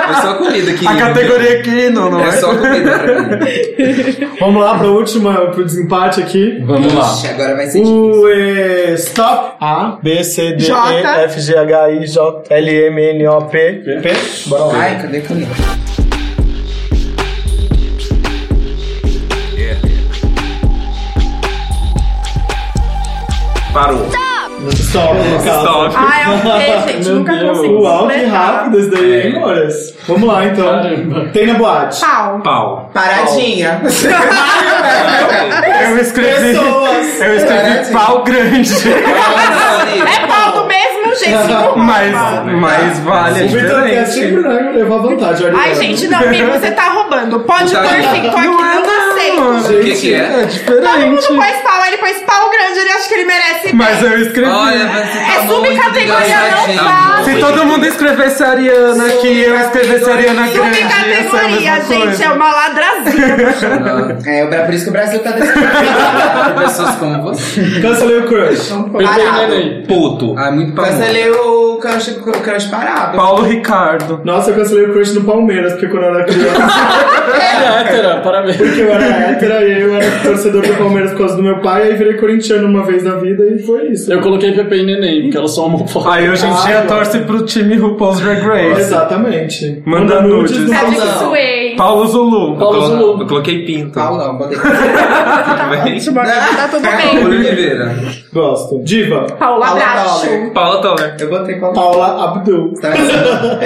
É só comida que. A categoria aqui não, não É é? só comida pra mim. vamos lá pra última, pro desempate aqui. Vamos um. lá. Ixi, Agora vai ser O eh, Stop A, B, C, D, J. F, G, H, I, J, L, M, N, O, P, P. Bora lá. Ai, cadê a caneta? Parou. Stop, É, Stop. Ah, eu *laughs* não sei, gente. Meu nunca Deus. consegui Uau, que completar. rápido esse daí, hein, Moras? Vamos lá, então. Caramba. Tem na boate. *laughs* Pau. Pau. Paradinha. Oh. Eu escrevi. Pessoas. Eu escrevi pau grande. É pau do mesmo jeito. igual, Mas, pau. mas vale, é O Vitor quer sempre diferente. né, levar vantagem. olha. Ai, gente, não, amigo, você tá roubando. Pode Tá. pôr cinco aqui, Não é não aceito. O que, que é? É Todo mundo diferente. pôs pau, ele pôs pau grande, ele acha que ele merece. Mas eu escrevi. Olha, mas você tá É subcategoria, não muito vale. Se todo mundo escrevesse Ariana aqui e eu escrevesse Ariana Grande, ia ser a Subcategoria, mesma gente, é coisa. uma ladrazinha. enganado. É, o Bra- por isso que o Brasil tá desse jeito. Ah, Pessoas como você. Cancelei o crush. Puto. Ah, muito pra *laughs* mim. Cancelei o crush, o crush parado. Paulo Ricardo. Nossa, eu cancelei o crush no Palmeiras, porque quando eu era criança, *laughs* Olha, hétera, é parabéns. porque eu era hétera e eu era torcedor do Palmeiras por causa do meu pai, aí virei corintiano uma vez na vida e foi isso. Eu coloquei Pepe e Neném, porque elas são homofóbicas. Aí hoje em dia torce pro time RuPaul's Drag Race. Exatamente. Manda nudes. no Sabe que Palmeiras. suei. Paulo Zulu. Paulo Eu, Zulu. coloquei pinto. Paulão, botei. *laughs* Também. Tá tudo Paulo bem. Oliveira. Gosto. Diva. Paula Paula Bracho. Toller. Paula Toller. Eu botei com a Paula Abdul.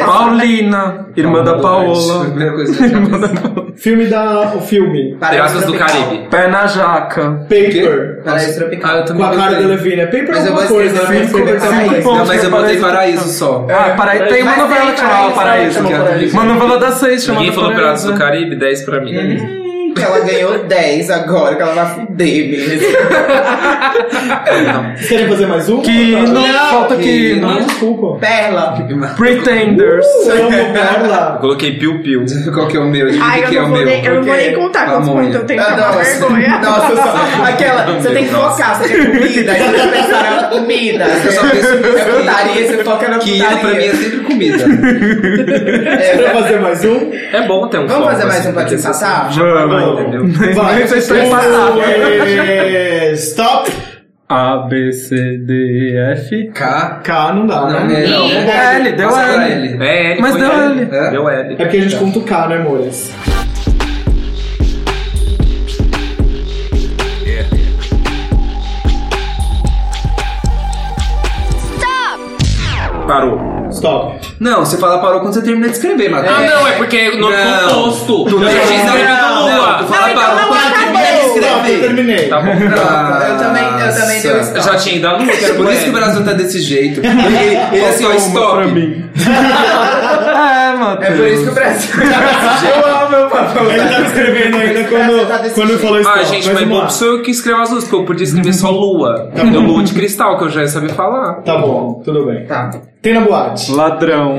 Paulina. Irmã da Paola. Primeira coisa que eu já Irmã da pensei. Paola. Filme da. O filme. Piratas é. do Caribe. Pé na jaca. Paper. Paraíso Ah, tropical. eu Com também a cara da botei. Levine. É Paper Mas eu alguma vou coisa. escrever né? cinco Paper pontos. também. Não, mas eu botei Paraíso só. Ah, para... tem uma Mas novela tem que chama Paraíso, Paraíso. não, Paraíso. Uma novela das seis Ninguém chamada falou Piratas Paraíso. do Caribe, 10 pra mim. né? Hum. Que ela ganhou 10 agora, que ela vai *laughs* fuder mesmo. Vocês querem fazer mais um? Que não Não, falta que que não. Desculpa. Perla. Pretenders. Eu amo Eu Perla. coloquei piu-piu. Qual que é o meu? Ai, O que eu que é não o vou meu? nem- eu não vou nem porque- contar quantos Pamonha. pontos eu tenho, que é Ah, uma nossa. vergonha. Nossa, só. Aquela, você tem que focar, você tem comida, aí você pensar na comida. Eu só penso *laughs* em É putaria, você foca na Que hino pra mim putaria. é sempre comida. Quer fazer mais um? É bom ter um Vamos foco, fazer mais assim, um pra porque desempatar? Vamos. Entendeu? Nem *laughs* sei se tá empatado. É, Stop. A, B, C, D, E, F. K. K não dá, Não, né? né? não. É, Deu L, deu Passa pra L. L. É L. Mas foi deu L. L. É. Deu L. É porque a gente conta o K, né, amores? Parou. Stop. Não, você fala parou quando você termina de escrever, Matheus. Ah, não, é porque é nome Não. composto. Tu Eu fez tinha escrito não, lua. não, tu fala Não, então parou não quando acabou. termina de Stop, eu escrever. terminei. Tá bom. Eu também, eu também dei o Nossa. stop. Já tinha ido a lua, que era Por isso L. que o Brasil tá desse *laughs* jeito. Ele, ele assim, ó, Pra stop. mim. *laughs* é, É Ah, por isso Matheus. que o Brasil tá desse jeito. Ele tava escrevendo ainda Tá quando, desse quando jeito. falou stop. Ah, gente, mas vamos bom, lá. sou eu que escrevo as luzes, porque eu podia escrever só *laughs* lua. Deu lua de cristal, que eu já ia saber falar. Tá bom, tudo bem. Tá. Então. Tem na boate. Ladrão.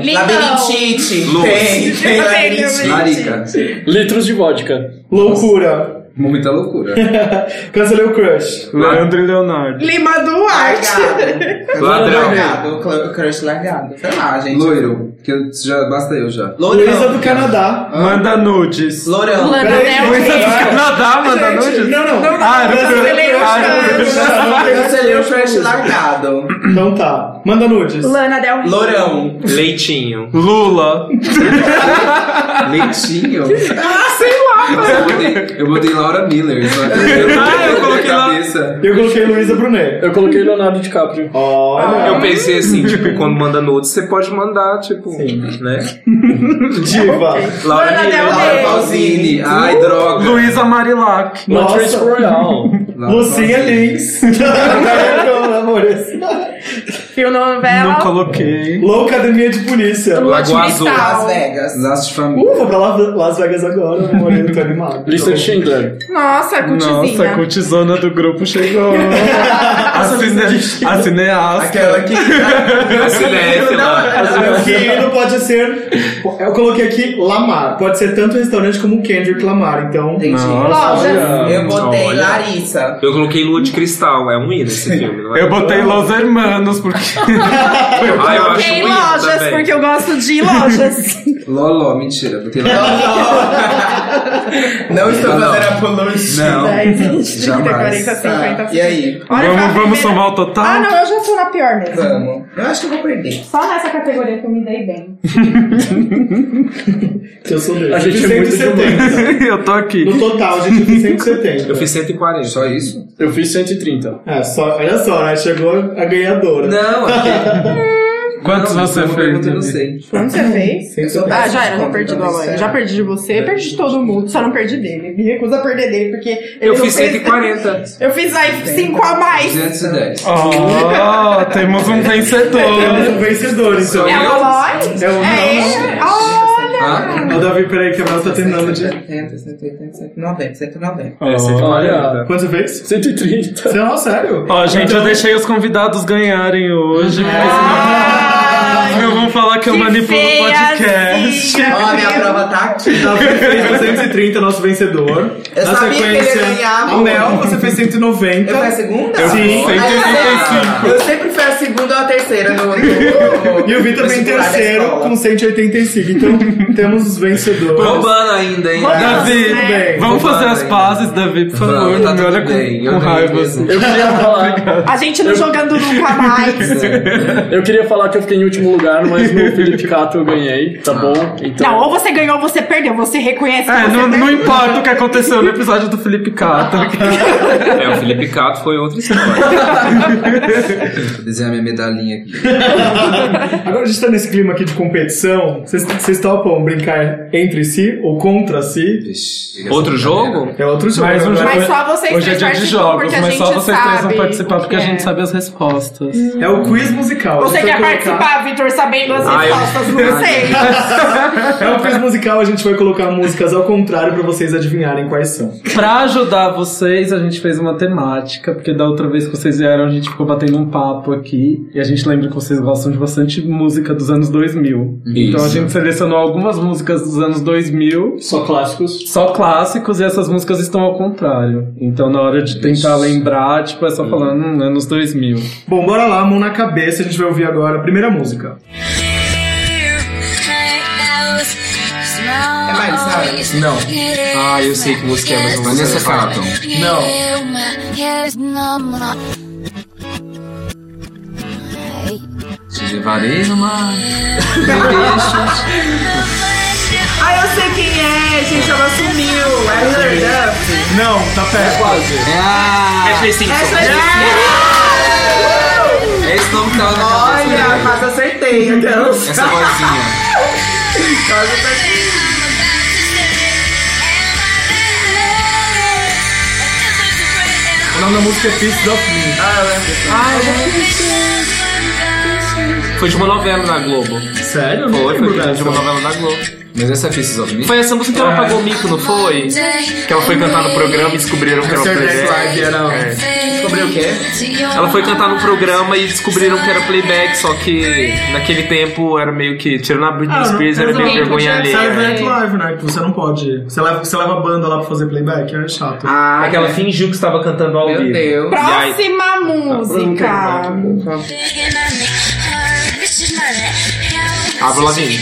*laughs* Lindão. Labirintite. Luz. Tem, tem Eu tenho labirintite. Larica. Litros de vodka. Loucura. *laughs* loucura. Muita loucura. Cancelei o crush. Leandro e Leonardo. Lima Duarte. *laughs* Largado. Ladrão. Largado. O cl- o crush largado. Sei lá, gente. Loiro. Que eu- já basta eu já. Luísa do Lourão. Canadá. Manda nudes. Lourão. Luísa do Canadá manda Gente, nudes? não, não. Ah, era o Cancelei o Ah, era o crush. Cancelei é o crush largado. Então tá. Manda nudes. Lana Del Rey. Lourão. Leitinho. Lula. *laughs* Leitinho? Ah, Eu botei, eu botei Laura Miller. Só que Ah, eu na coloquei cabeça. Eu coloquei Luísa Brunet. Eu coloquei Leonardo DiCaprio. Olha. Ah, Eu pensei assim, tipo, quando manda nudes, você pode mandar, tipo, né? Diva. Laura Lana Miller. Del um Laura Rey. Pausini. Ai, Uh! droga. Luísa Marilac. Matriz Nossa. Royal. Laura é Lucinha Pausini. *laughs* Lins. *laughs* Não, amores. Fio novela. Não *laughs* coloquei. Louca Academia de Polícia. Lua Lagoa Azul. Tristal. Las Vegas. Laço de família. Uh, vou pra La- Las Vegas agora, amores. Tô animado. Lista de Schindler. Nossa, Nossa, a cutizinha. cutizona do grupo *laughs* chegou. a, cine... a cineasta. Aquela que. A cinéfila. O Querido pode ser. Eu coloquei aqui Lamar. Pode ser tanto restaurante como o Kendrick Lamar. Então. Entendi. Lojas. Eu botei Olha. Larissa. Eu coloquei Lua de Cristal, é um hino esse filme, não é? Eu botei Los Hermanos, porque. Ah, eu acho Em um hino lojas, também. porque eu gosto de lojas. Loló, mentira. Botei Loló. Não estou Não, não. fazendo apologia. Não. 10, 20, 30, Jamais. 40, 50. Ah, E aí? Olha, foi a vamos vamos primeira- somar o total? Ah, não, eu já sou na pior mesmo. Vamos. Eu acho que eu vou perder. Só nessa categoria que eu me dei bem. Eu sou dele. A gente Eu é muito fiz 170. eu tô aqui. No total, gente, é eu fiz 170. Eu fiz 140. Só isso? Eu fiz 130. É, só, olha só, né? Chegou a ganhadora. Não, aqui. *laughs* Quantos Não, você isso é uma fez? pergunta que Eu não Davi? sei. Quanto você fez? Eu sou Ah, já péssima era, já com perdi do contabilidade. Alan. Já perdi de você, perdi de todo mundo. Só não perdi dele. Me recuso a perder dele, porque ele Eu não fiz fez- 140. Eu fiz aí 5 a mais. 210. Oh, temos *laughs* um Temos vencedor. um vencedor, então. É o Aloy? É o- É não, ele? Olha! Ah, Ô, Davi, peraí, que a Mel tá terminando de. 180, 180, 190, 190. é Olha. Quanto você fez? 130. Você não, sério? Então, Ó, gente, eu deixei os convidados ganharem hoje, mas não, não vão falar que eu Ah, Que manipulo o podcast. feiazinha. Ó, minha prova tá aqui. Davi fez 230, nosso vencedor. Eu Na sabia que ele ia sequência, ganhar, a Mel, você fez 190. Eu fui a segunda? Eu fui Ai, eu 185. sempre- Eu sempre fui a segunda ou a terceira no. no- E o Vitor no vem em vestibular da terceiro escola. com 185. Então temos os vencedores. roubando ainda, hein? Davi, tudo É. bem. vamos fazer as Vai. pazes, Davi, por favor. Vamos, tá não me tudo olha bem, com, eu com ganhei raiva. mesmo. assim. Eu queria falar. A gente não jogando nunca *laughs* mais. Então. Eu queria falar que eu fiquei em último lugar, mas no Felipe Cato eu ganhei, tá bom? Então. Não, ou você ganhou ou você perdeu. Você reconhece que É, você não, perdeu. não importa o que aconteceu no episódio do Felipe *laughs* Cato. É, o Felipe Cato foi outra história. Vou desenhar minha medalhinha aqui. Agora a gente tá nesse clima aqui de competição. Vocês- Vocês topam brincar entre si ou contra si? Vixe, Outro essa jogo? É outro jogo. Mais um agora. Mas só vocês Hoje é três dia de participam, jogos, porque a mas só gente vocês três vão sabe participar porque a o que gente é. sabe as respostas. É o quiz musical. Você A gente quer é vai colocar- participar, Vitor, sabendo as Ah, eu- respostas? Não sei. É o quiz musical, a gente vai colocar músicas ao contrário pra vocês adivinharem quais são. Pra ajudar vocês, a gente fez uma temática, porque da outra vez que vocês vieram, a gente ficou batendo um papo aqui, e a gente lembra que vocês gostam de bastante música dos anos 2000. Então a Isso. gente selecionou algumas músicas dos anos 2000, Só clássicos. só clássicos, e essas músicas estão ao contrário. Então na hora de tentar lembrar, tipo, é só falar, hum, anos 2000. Bom, bora lá, mão na cabeça, a gente vai ouvir agora a primeira música. É Miley Cyrus? Não. Ah, eu sei que música é, mas não vou Vanessa saber falar. Carlton. Não. Te levarei no mar. Ah, eu sei quem é, gente, ela sumiu. É Hilary Duff. Não, tá perto. Ah, Ashley Simpson. É esse nome que tava na cabeça. Olha, mas acertei, Deus. Essa vozinha. O nome da música é Piece of Me. Ai, Foi de uma novela da Globo. Sério? Eu não Foi, lembro foi de uma dessa. novela da Globo. Mas essa é Pieces of Me? Foi essa música que ela Ah, pagou o mico, não foi? Que ela foi cantar no programa e descobriram que era o playback. É. Descobriu o quê? Ela foi cantar no programa e descobriram que era playback, só que naquele tempo era meio que. Tirando a Britney Ah, não- Spears, era meio exato. vergonha Sabe, alheia. Saturday Night Live, né? Que você não pode. Você leva, você leva a banda lá pra fazer playback, é chato. Ah, que ela fingiu que estava cantando ao Meu vivo. Deus. Próxima música. Avril Lavigne.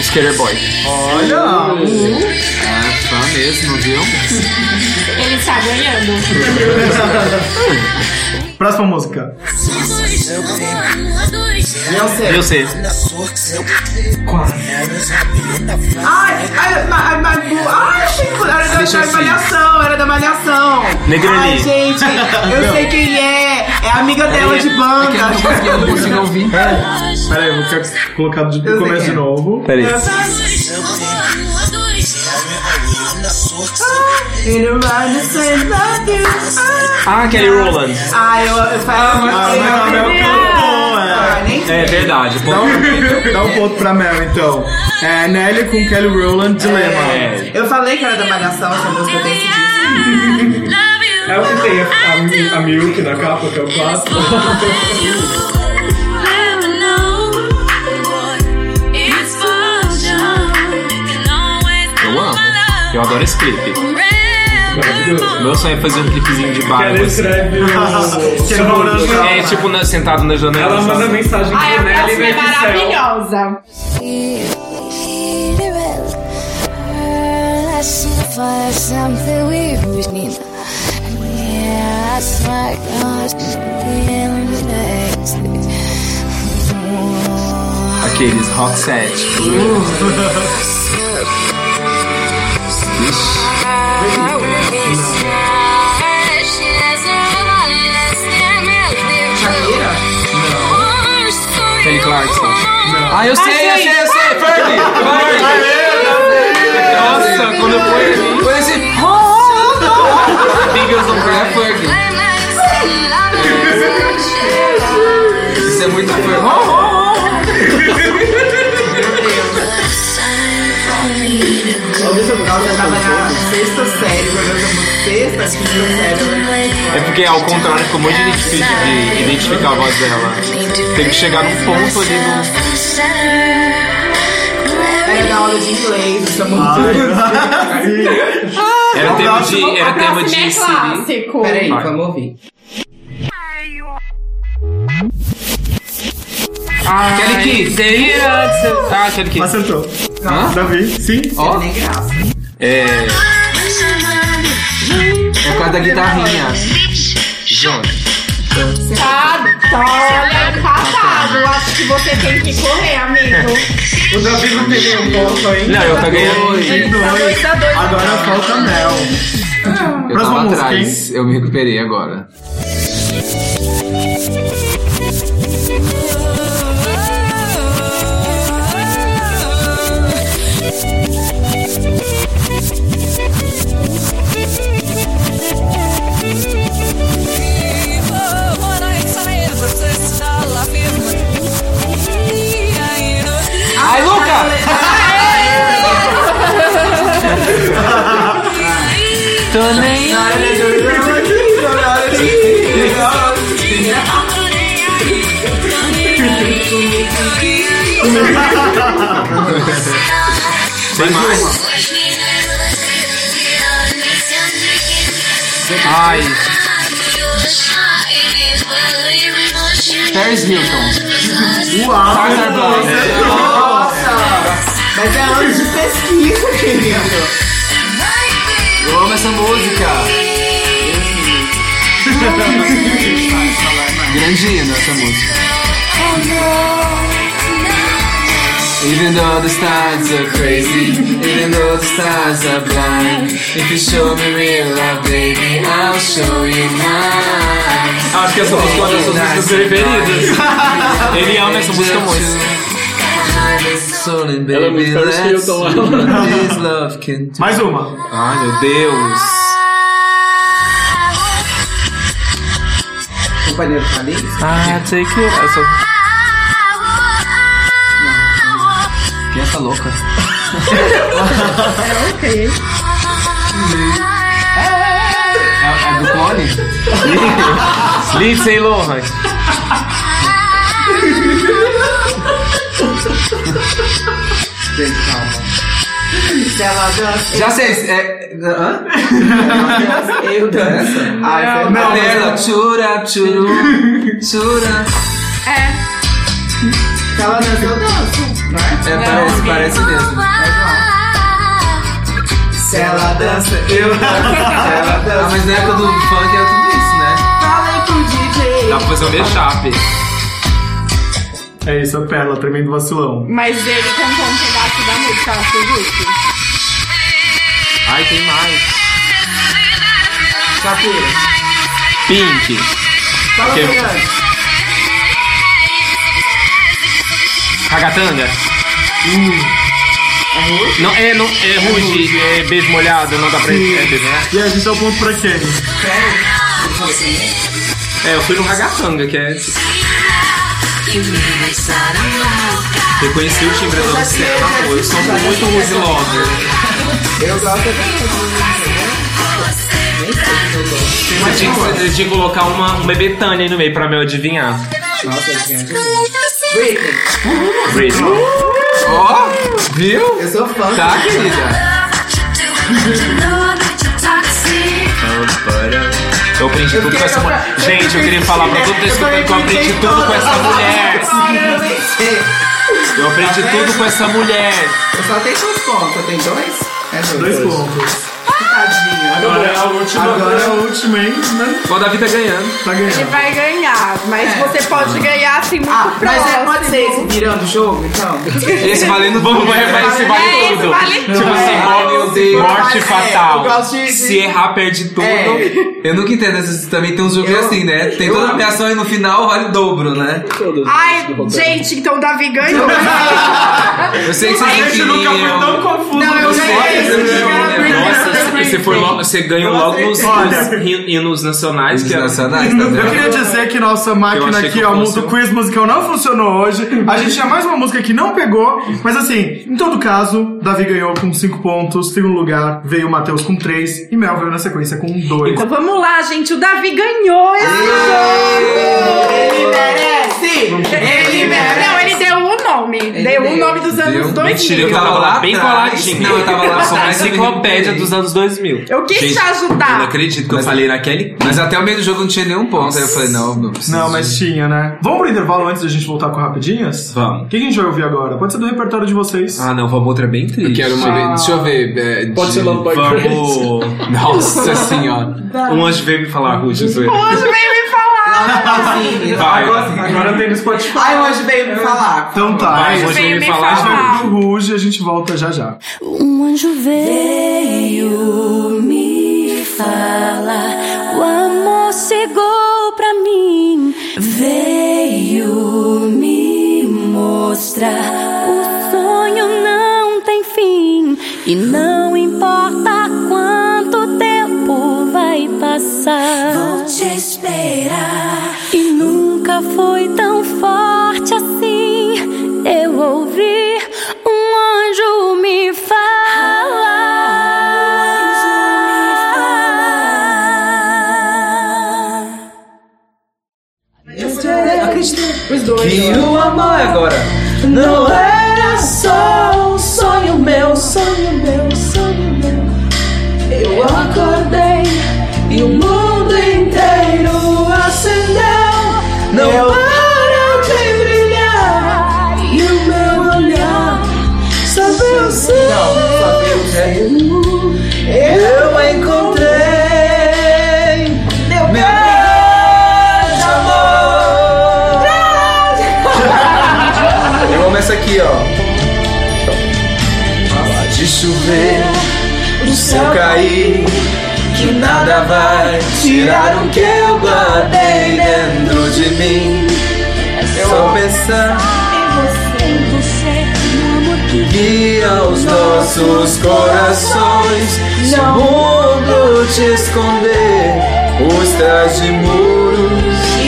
Skater Boy. Ah, fã mesmo, viu? Ele está ganhando. Próxima música. Beyoncé. Eu sei. Ai, ai, ma- ai, ma- bu- ai, achei que era da, Deixa da assim. malhação, era da malhação. Negroni. Ai, gente, eu sei quem é. É a amiga dela de Que eu banda. não consegui- eu não consigo ouvir. Pera aí, vou ficar colocado de Eu sei começo quem de é. novo. Peraí. Ele vai no say love you. Ah, Kelly Rowland. Ai, eu, eu falo. Ah, mas a Mel cantou, é. Ah, nem É verdade. Pô, Dá um, dá um ponto pra Mel, então. É Nelly com Kelly Rowland, Dilema. É. Eu falei que era da malhação, essa música tem esse disco. É o que tem a, a, a Milk na capa, que é o clássico. Eu amo. Eu adoro esse clipe. Meu sonho é fazer um clipezinho de Ela barba. assim. escreve o... *laughs* Que é morango. É tipo na- sentado na janela. Ela assim. manda mensagem Ai, pro a Nelly próxima é e Marcel. maravilhosa. Something we would need. Yeah, I smack on the end of the next day. Aqueles rock set. Ixi. Kelly Clarkson. Ah, eu sei, eu sei, eu sei. Fergie. Fergie. Nossa, quando assim, eu fui. Foi esse... Fingers on É Ferg. Isso é muito Ferg. Nossa, eu tava na sexta série, jogando sexta, acho que quinta série. É porque ao contrário ficou muito difícil de identificar a voz dela. Tem que chegar num ponto ali. no- Era na aula de inglês, isso é muito. Era tema de. Era tema de. né? Próxima é inserir- clássico. Peraí, vamos ouvir. Kelly Key. Ah, Kelly Key. Acertou. Davi, sim. Ó, Nem graça. É. é por causa da guitarrinha. Tá, olha, passado. Acho que você tem que correr, amigo. O Davi não teve um ponto ainda. Não, eu tô ganhando. Ele tá dois a dois. Agora falta Mel. Eu Próxima tava música, atrás, eu me recuperei agora. Ai, Luca! Tem mais. Ai, Paris Hilton. Partner Boy. Mas é anos de pesquisa, querido. Eu amo essa música. Grandina essa música. Even though the stars are crazy, even though the stars are blind, if you show me real love, baby, I'll show you mine. Acho que essa música é uma das suas músicas preferidas. Ele ama essa música muito. Solid, Ela é muito baby, Paris let's see Hilton, ela. what this love can do. Mais uma. Ai, meu Deus. O companhia do Calixto? Ah, take it. Eu sou... Criança louca. Ok. É, é do clone? Lindsay Lohan. Gente, calma. Se ela dança, Já sei. É, hã? Ah, é ela dança, eu danço. Ai, Não, não, dela. Tchura, tchuru, tchura. É. se ela dança, É. eu danço. Né? É, parece, parece mesmo. Se ela dança, eu danço. Ah, mas na época do funk era tudo isso, né? Tá. Falei pro DJ. Dá pra fazer um mashup. É isso, a Perla, tremendo vacilão. Mas ele cantou um pedaço da música, ela fez isso. Ai, tem mais. Shakira. Pink. Fala Que- Fernando. Ragatanga. Não, Hum. é, não, é ruge, é beijo molhado, não dá pra entender, né? E a gente dá o ponto pra quem? É, eu fui no Ragatanga, que é. Reconheci o timbre da Luciana, pô, eu sou muito Rose Lover. Eu gosto Mas tinha, que- eu tinha que colocar uma, uma Betânia aí no meio pra me adivinhar. Britney. Britney. Ó, viu? Eu sou fã. Tá, querida? *laughs* Eu aprendi tudo com essa mulher. Gente, eu queria falar pra todo mundo escutando que eu aprendi tudo com essa mulher. Olha, eu nem sei. Eu aprendi tudo com essa mulher. Eu só tenho dois pontos. Eu tenho dois? É Dois pontos. Tadinha. Agora é a última, agora é a última, hein? Né? Toda a vida ganhando. Tá Ele ganhando. vai ganhar, mas você pode ganhar assim muito É. Ah, mas é, próximo. pode ser esse virando o jogo, então? Esse valendo tudo. Vamos reparar esse É, vale esse tudo. vale Tipo tudo. assim, Ai, meu Deus. morte É, eu fatal. gosto de- de- Se errar, perde tudo. É. Eu nunca entendo esses também tem uns jogos Eu- assim, né? Tem eu toda a amo. ameação e no final vale o dobro, né? Todas as Ai, do roteiro. gente, então o Davi *laughs* ganhou. Eu sei que vocês Gente, nunca foi queriam. tão confuso. Não, eu Você- ganhei esse eu- né? de eu- cara é eu- Britney, Nossa, eu ganhei você, foi Britney. logo, você ganhou Eu logo nos, nos acertei. hin- hinos nacionais. Os que era- Ah, nacionais, tá Eu vendo? queria dizer que nossa máquina achei que aqui, eu ó, fosse do um- quiz musical não funcionou hoje. A gente tinha mais uma música que não pegou, mas assim, em todo caso, Davi ganhou com 5 pontos, segundo lugar veio o Matheus com 3 e Mel veio na sequência com 2. Então vamos lá, gente. O Davi ganhou esse Ele jogo! merece! Ele Não, merece! ele deu o nome. deu o deu. nome dos anos Deu. 2000. Mentira, eu tava Tá lá tá bem atrás. coladinho. Não, eu tava lá, sou na mais enciclopédia amigo. dos anos 2000. Eu quis Gente, te Eu não ajudar. acredito que eu Mas- falei naquele. Mas até o meio do jogo não tinha nenhum ponto. Aí eu falei, não, não preciso. Não, mas tinha, né? Vamos pro intervalo antes da gente voltar com rapidinhas? Vamos. O que a gente vai ouvir agora? Pode ser do repertório de vocês. Ah, não, vamos outra bem triste. Eu quero uma vez. Deixa eu ver. é, de- Pode ser Love by Grace. Vamos. Oh, Nossa senhora. Um anjo veio me falar, Ruth. Hoje veio me falar. Lá no cozinho. Vai. Agora tem no Spotify. Ai, hoje veio me falar. Então tá. Vai, é Ruth isso. veio me me falar. falar. Vai pro Ruge, a gente volta já já. Um anjo veio me falar, o amor chegou pra mim, veio me mostrar. O sonho não tem fim, e não importa quanto tempo vai passar. Vou te esperar, e nunca foi tão forte assim. Eu ouvi um anjo me falar. Os dois. E o amor agora? Não era só um sonho meu, sonho meu, sonho meu. Eu acordei e o mundo inteiro acendeu. Não para de brilhar e o meu olhar sabeu ser. Eu encontrei meu grande amor. Eu amo essa aqui, ó. Fala de chover, do céu cair, que nada vai tirar o que eu guardei dentro de mim. É só pensar Em você, no amor que guia os nossos corações. Se o mundo te esconder, os trás de muros e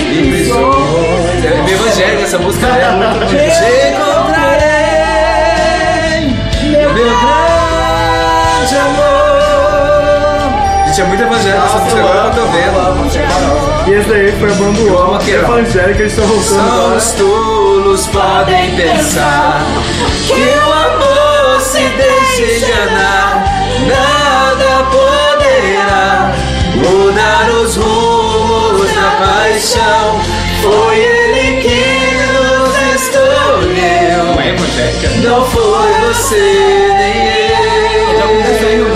É essa música é muito Te encontrarei, meu grande amor. Gente, é muito evangélica essa música, agora eu tô vendo. E esse daí foi a Bambuó, aqui, ó. evangélica, eles estão voltando São agora. os tolos, podem pensar que o amor se deixa enganar. Nada poderá mudar os rumos da paixão. Foi ele que nos escolheu. Não é evangélica? Não foi você nem eu.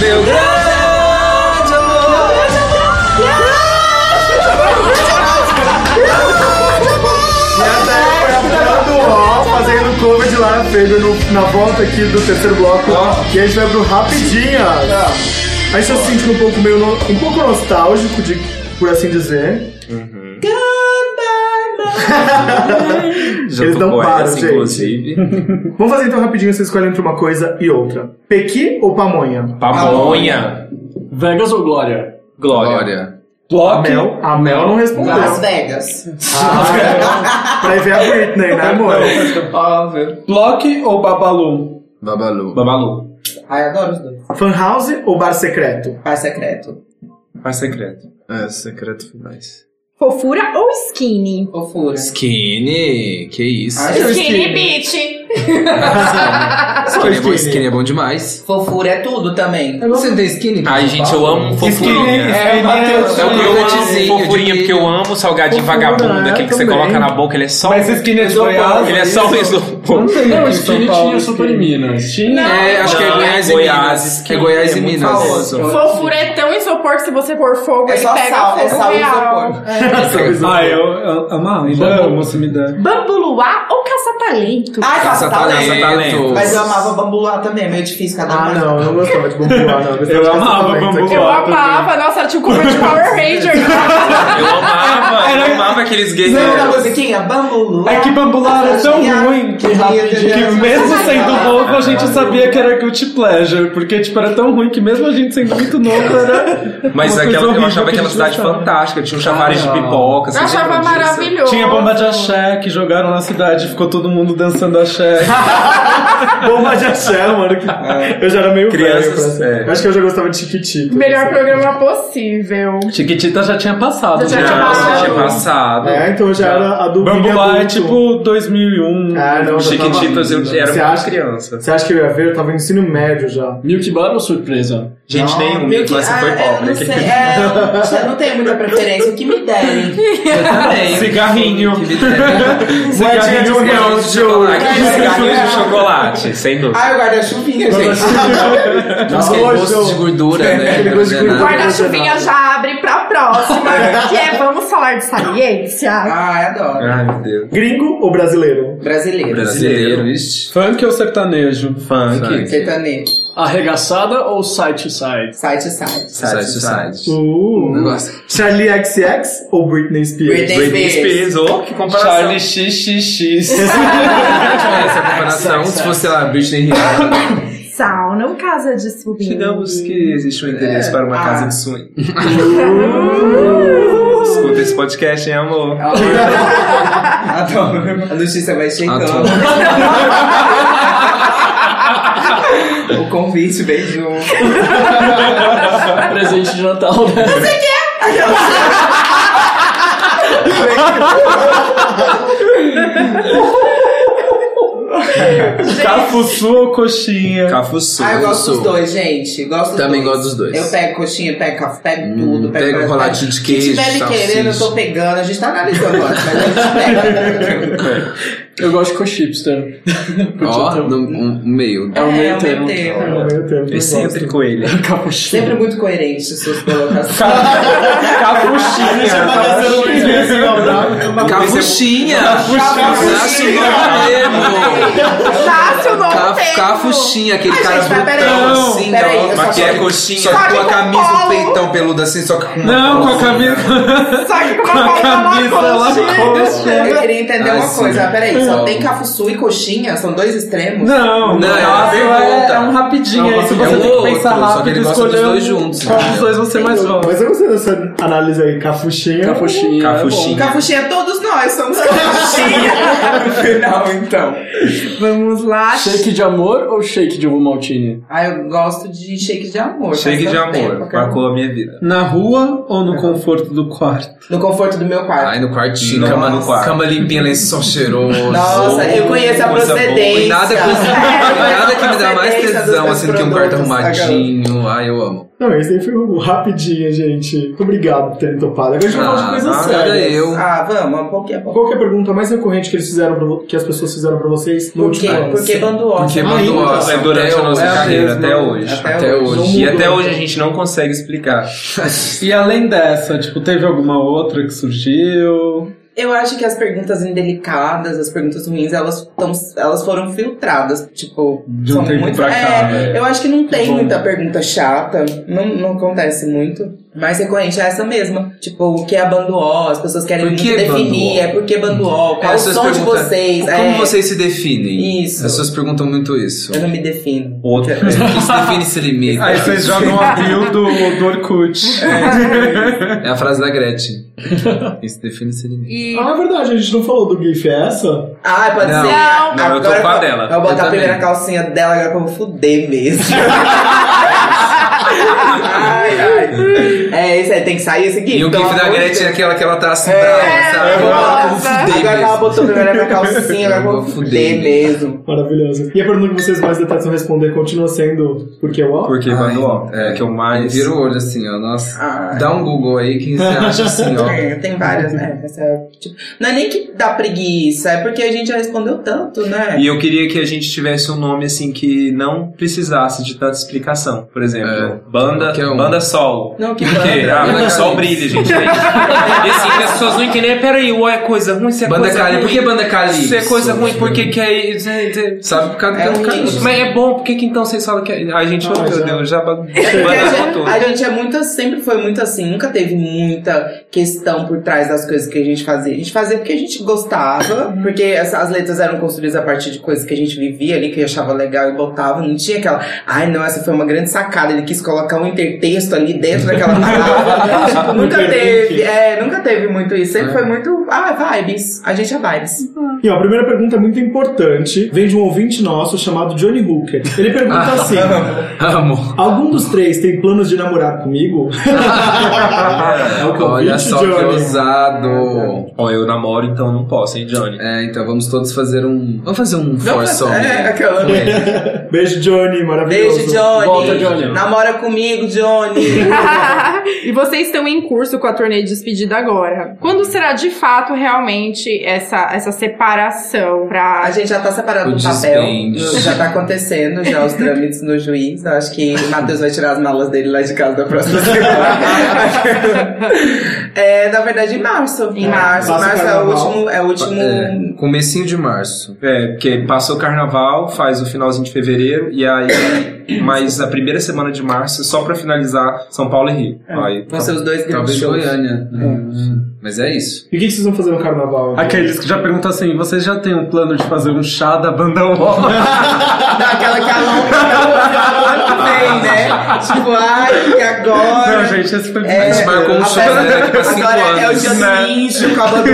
Meu grande amor. Bambuó fazendo cover de Lara Faber no- na volta aqui do terceiro bloco. E a gente vai pro Rapidinhas. A gente tá se sentindo um pouco meio no- um pouco nostálgico, de, por assim dizer. Já Eles não tocou param, essa, gente. inclusive. Vamos fazer então rapidinho, você escolhe entre uma coisa e outra. Pequi ou pamonha? Pamonha. Vegas ou Glória? Glória. Glória. A Mel, a Mel não respondeu. Las Vegas. *laughs* pra ir ver a Britney, né, amor? Óbvio. Loki ou Babalu? Babalu. Babalu. Ai, adoro os dois. Fan House ou Bar Secreto? Par secreto. Faz secreto. É, secreto finais. Fofura ou skinny? Fofura. Skinny, que isso. Ai, Skinny, eu bitch. skinny, é bom, skinny é bom demais. Fofura é tudo também. Você não tem skinny? Ai, gente, eu amo fofurinha. É, Matheus. É o que eu croquetezinho amo, de fofurinha, porque eu amo salgadinho Fofura, vagabundo, é, aquele que você também. coloca na boca, ele é só... Mas skinny é um de Goiás. Ele é só o mesmo. Não tem Não, aqui em skinny São Paulo, tinha super em Minas. *laughs* Não, É, acho que é não. Goiás e Goiás, Minas. É skinny, Goiás é e muito Minas. famoso. Fofura é tão isopor que se você pôr fogo, É ele só pega sal, é fogo sal e real. isopor. Ah, eu, eu amava. Ainda amo, se me der. Bambuluá ou caça-talento? Ai, Caça caça talento. talento. Mas eu amava bambulá também, é meio difícil cada Ah, um. não, eu não gostava de Bambuá, não. gostava Eu de Caça amava Talento aqui. Bambuá. Eu Bom, amava, nossa, tinha o cover de *laughs* Power Ranger. Eu amava, eu amava aqueles Lembra da guerreiros. musiquinha? Bambulá. É que Bambular é tão ruim que, que mesmo sendo novo a gente sabia que era guilty pleasure, porque tipo, era tão ruim que mesmo a gente sendo muito novo era. Mas uma coisa aquela, eu horrível achava que a aquela gente cidade gostava. fantástica, tinha um chavares de Ah. pipoca, Eu vocês lembram achava disso? maravilhoso. Tinha bomba de axé que jogaram na cidade, ficou todo mundo dançando *laughs* axé. Bomba de axé, mano. que- Eu já era meio Crianças, velho. pra- é. Eu Acho que eu já gostava de Chiquitita. Melhor programa possível. Chiquitita já tinha passado. né? Já tinha Não, passado. já tinha passado. É, então eu já era a do Big Bambular é Adulto. tipo 2001. Ah, não, eu já Chiquititas, eu tava- era Você uma acha- criança. Você acha que eu ia ver? Eu tava no ensino médio já. Milk Bar ou surpresa? Gente, nenhum, assim, minha infância foi Ah, Não pobre. sei, é, eu não tenho muita preferência, o que me *laughs* derem. Eu também. É, Cigarrinho. Que *laughs* vida. Moedinha de um real de ouro. Aqueles cigarrinhos de chocolate, sem dúvida. Ai, o guarda-chuvinha, gente. Nossa, aquele gosto é de gordura, né? Aquele gosto de Não é nada. gordura. Guarda-chuvinha já abre pra *laughs* próxima, que é Vamos Falar de Saliência. Ai, adoro. Ai, meu Deus. Gringo ou brasileiro? Brasileiro. Brasileiro, ixi. Funk ou sertanejo? Funk. Sertanejo. Arregaçada ou side to side? Site, site. Society, society. Uh. Negócio. Charlie XX ou Britney Spears? Britney Britney Spears, ô, que comparação. *laughs* Charlie XXX. *laughs* Se tiver essa comparação, se fosse lá, Britney Rihanna. *laughs* Sauna ou casa de swing? *laughs* Digamos que existe um interesse para uma ah. casa de sonho. Escuta esse podcast, hein, amor? Adoro. A notícia vai chegando. o convite vem junto. Presente de Natal, né? Cafuçu ou coxinha? Cafuçu. Ah, eu gosto dos sou. dois, gente. Gosto dos Também dois. gosto dos dois. Eu pego coxinha, pego café, pego tudo. Pego, Pega um roladinho de queijo, Se tiver ele querendo, eu tô salsicha. pegando. A gente tá analisando agora, mas a gente *laughs* pega. Eu gosto de co-chipster. Ó, no um- um meio. É o meio é o termo. meio termo. Ao mesmo tempo, eu é gosto. Excêntrico *laughs* ele. Sempre muito coerente suas colocações. é É Cafuxinha! Cafuxinha. Cafuxinha! Nasce o novo termo. Cafuxinha, aquele Ai, cara gente, mas peraí. brutão assim, Peraí, eu só mas que tô- é coxinha, só é só tô com a com camisa, polo. um peitão peludo assim, só que com é uma Não, com a bolsa. camisa. Só que com Com a a camisa camisa Lacoste. Eu queria entender Ah, uma sim. coisa, peraí, só só legal. tem cafuçu e coxinha, são dois extremos. Não, Não, é uma fácil, pergunta. é, é um rapidinho É um aí. Se rapidinho, você é tem um que outro, pensar só que rápido, ele gosta dos escolher dois um- juntos, qual né? dos dois você mais gosta. Mas eu gostei dessa análise aí, cafuchinha. Cafuchinha. Cafuchinha. Cafuchinha, é todos *laughs* nós somos cafuchinha. No final, *laughs* então. Vamos lá. Shake de amor ou shake de ovo maltine? Ah, eu gosto de shake de amor. Chegue faz de tanto tempo amor, que eu não- marcou a minha vida. Na rua ou no conforto do quarto? No conforto do meu quarto. Ai, no quartinho, Nossa. cama, cama limpinha, lençol cheiroso. Nossa, eu conheço a coisa boa. procedência. E nada, *laughs* É, nada que me dá mais procedência dos tesão meus assim do que um quarto produtos, tá, garoto? arrumadinho. Ai, eu amo. Não, esse aí foi o rapidinho, gente. Muito obrigado por terem topado. Agora a gente vai falar de coisa nada séria. eu. Ah, vamos, um pouquinho a pouco. Qual que é a pergunta mais recorrente que eles fizeram pra vo- que as pessoas fizeram pra vocês no Por último quê? ano? Um Porque bando Porque ótimo. mandou ainda, nossa, É durante até a nossa hoje. carreira, até hoje. Até Até hoje. E até hoje a gente não consegue explicar. E além dessa, tipo, teve alguma outra que surgiu? Eu acho que as perguntas indelicadas, as perguntas ruins, elas, tão, elas foram filtradas. Tipo, De um são tempo muito. pra cá, é, né? Eu acho que não tem Bom. muita pergunta chata. Não, não acontece muito. Mas recorrente é essa mesma. Tipo, o que é banduó? As pessoas querem Por muito que definir. banduó? É por que banduó? Qual é o Essas som de perguntas- vocês? Como é, vocês se definem? Isso. As pessoas perguntam muito isso. Eu não me defino. Outra. Quem se define se limita. Aí vocês jogam a bio do, do Orkut. É a frase da Gretchen. Quem se define se limita. E Ah, é verdade, a gente não falou do GIF, é essa? Ah, pode Não, ser. não, eu tô Agora com a vou- dela. Eu vou botar Eu a primeira também. calcinha dela, agora que eu vou fuder mesmo. *laughs* ai, ai. É, isso aí, tem que sair esse gif. E o pelo gif da amor de Gretchen é Deus. aquela que ela tá assim, Então, É, brava, sabe? é, nossa. Agora eu vou fuder Agora que ela mesmo. botou a *laughs* primeira na calcinha, agora eu vou fuder mesmo. Maravilhosa. E a pergunta que vocês mais detalham responder continua sendo por que o ó? Porque Ai, quando, ó, é que eu mais. Vira o olho assim, ó. Nossa. Ah, Dá um Google aí que você acha assim, ó. é, tem várias, né? Essa, tipo, não é nem que dá preguiça, é porque a gente já respondeu tanto, né? É. E eu queria que a gente tivesse um nome assim que não precisasse de tanta explicação. Por exemplo, É. banda, Qualquer um. banda sol. Não, *laughs* que Por quê? Ah, Banda o sol Calypso. *laughs* brilha, gente. é isso. E assim, que as pessoas não entendem, peraí, ou é coisa ruim, se é Banda coisa Cali. ruim. Por que banda Cali? Se é coisa ruim, por que que é... é- Sabe por causa É do um Cali. nicho. Mas é bom, por que que então vocês falam que... é- A gente, Ah, oh, já. meu Deus, já É porque a bagunçou *laughs* gente, tudo. a gente é muito, sempre foi muito assim, nunca teve muita questão por trás das coisas que a gente fazia. A gente fazia porque a gente gostava, porque as, as letras eram construídas a partir de coisas que a gente vivia ali, que achava legal e botava. Não tinha aquela, ai não, essa foi uma grande sacada, ele quis colocar um intertexto ali dentro daquela parada. tipo, nunca Interlink. teve, é, nunca teve muito isso. Sempre foi muito, ah, vibes. A gente é vibes. E ó, a primeira pergunta é muito importante. Vem de um ouvinte nosso chamado Johnny Hooker. Ele pergunta assim: Amo. Algum dos três tem planos de namorar comigo? é o convite, Olha só que Johnny. É, ousado. Ó, eu namoro, então não posso, hein, Johnny? É, então vamos todos fazer um. Vamos fazer um forçom. É, aquela. Beijo, Johnny, maravilhoso. Beijo, Johnny. Volta, Johnny. Namora comigo, Johnny. *laughs* e vocês estão em curso com a turnê de despedida agora. Quando será de fato realmente essa, essa separação pra. A gente já tá separando O o, papel. desvende. Já tá acontecendo, já os trâmites no juiz. Eu acho que o Matheus vai tirar as malas dele lá de casa da próxima semana. *laughs* é, na verdade, em março. Em março. Passa o março é o carnaval. último. É o último. É, comecinho de março. É, porque passou o carnaval, faz o finalzinho de fevereiro, e aí *coughs* mais a primeira semana de março, só pra finalizar São Paulo e Rio. Aí, Vão ser os dois grandes É. Talvez shows. Goiânia. Hum, Mas é isso. E o que que vocês vão fazer no carnaval? então? Aqueles que já perguntam assim, vocês já têm um plano de fazer um chá da banda *laughs* O? Dá aquela que é a Lomba tem, né? Tipo, ai, e agora? Não, gente, esse foi... É, A gente marcou um a show, festa- né, daqui pra cinco Agora é o anos, dia né? do lixo, Copa do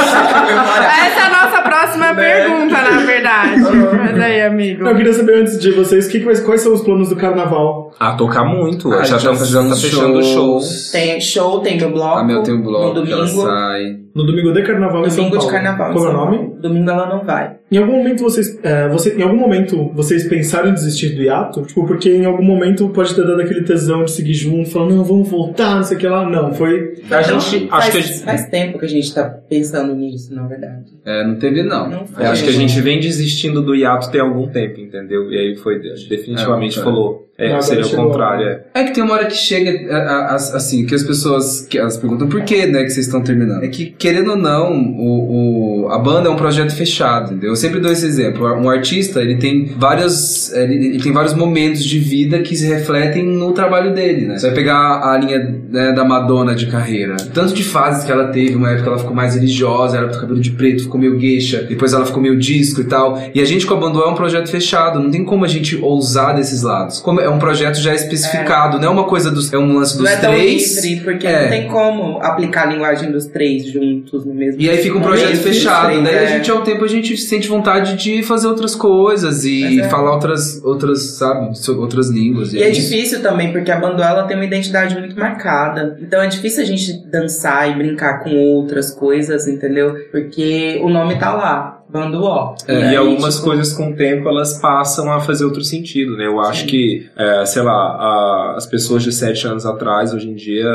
Ouro. Essa é a nossa Né? próxima pergunta, na *laughs* verdade. Mas aí, amigo. Não, eu queria saber antes de vocês que que vai- quais são os planos do carnaval. Ah, tocar muito. A já, gente tá, já tá uns fechando os shows. Tem show, tem meu bloco. A Mel tem um no blog que ela domingo. sai. No domingo de carnaval em São Domingo Paulo. de carnaval. Como é o São nome? Paulo. Domingo ela não vai. Em algum momento vocês, é, você, em algum momento vocês pensaram em desistir do hiato? Tipo, porque em algum momento pode ter dado aquele tesão de seguir junto, falando não, vamos voltar, não sei o que lá. Não, foi. A gente, Então, Faz, acho que a gente, faz tempo que a gente tá pensando nisso, na verdade. Então, É, não teve, não. Não foi. acho que a gente vem desistindo do hiato tem algum tempo, entendeu? E aí foi, a gente definitivamente É, cara. falou, É, Agora seria o chegou. contrário. é. É que tem uma hora que chega, é, a- a- assim, que as pessoas que elas perguntam por que, né, que vocês estão terminando. É que, querendo ou não, o, o- a banda é um projeto fechado, entendeu? Eu sempre dou esse exemplo. Um artista, ele tem vários, ele, ele tem vários momentos de vida que se refletem no trabalho dele, né? Você vai pegar a linha né, da Madonna de carreira. Tanto de fases que ela teve, uma época ela ficou mais religiosa, ela ficou cabelo de preto, ficou meio gueixa, depois ela ficou meio disco e tal. E a gente com a Banduá é um projeto fechado, não tem como a gente ousar desses lados. Como é um projeto já especificado, não é uma coisa dos. É um lance dos não é tão três. livre, porque É. não tem como aplicar a linguagem dos três juntos no mesmo E aí fica um momento, projeto dos fechado. três, Daí é. a gente, ao tempo, a gente sente vontade de fazer outras coisas e Mas é. falar outras, outras, sabe, so- outras línguas. E é isso. difícil também, porque a bandola ela tem uma identidade muito marcada. Então é difícil a gente dançar e brincar com outras coisas, entendeu? Porque o nome tá lá, banduó. É, aí, e algumas tipo, coisas com o tempo elas passam a fazer outro sentido, né? Eu acho que, é, sei lá, a- as pessoas de sete anos atrás, hoje em dia,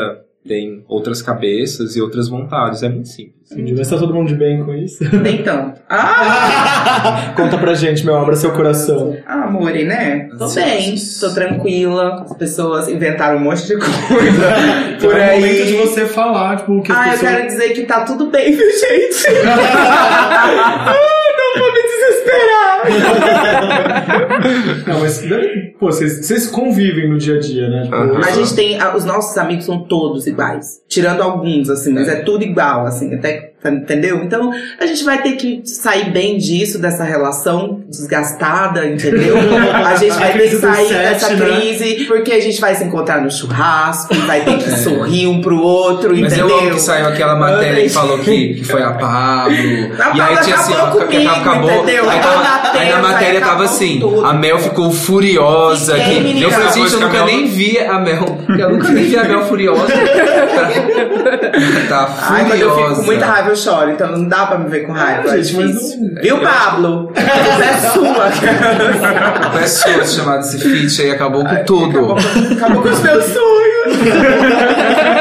têm outras cabeças e outras vontades. É muito simples. Entendi. Mas tá todo mundo de bem com *laughs* isso? *laughs* Nem tanto. *laughs* Ah! Conta pra gente, meu amor, seu coração. Ah, amore, né? Tô bem, tô tranquila. As pessoas inventaram um monte *laughs* de coisa por Então É o momento de aí. você falar, tipo, o que as Ah, eu pessoas... quero dizer que tá tudo bem, viu, gente? *laughs* ah, não vou me desesperar. Não, mas deve- pô, vocês, vocês convivem no dia a dia, né? Tipo, A gente tem. a- Os nossos amigos são todos iguais. Tirando alguns, assim, mas é tudo igual, assim, até. tá- Entendeu? Então a gente vai ter que sair bem disso, dessa relação desgastada, entendeu? A gente A vai ter crise que do sair set, dessa né? crise, porque a gente vai se encontrar no churrasco, vai ter que sorrir um pro outro, Mas entendeu? eu amo que é saiu aquela matéria que Mas- falou que, que foi a Pablo. *laughs* A e aí Pabllo tinha assim, ó, que acabou comigo, acabou. entendeu? Aí, tava- Ela bateu, aí na matéria aí tava acabou assim, tudo. a Mel ficou furiosa. Fiquei, Que, menina. eu falei, gente, Depois eu que a nunca Mel- nem vi a Mel. Eu nunca nem vi a Mel *laughs* furiosa. tá furiosa. Ai, quando eu fico com muita raiva, eu choro, então não dá pra me ver com raiva. Ah, é gente, mas difícil. Viu, Pablo? *laughs* é sua. A pessoa chamada esse feat aí acabou com tudo. Acabou com os meus sonhos.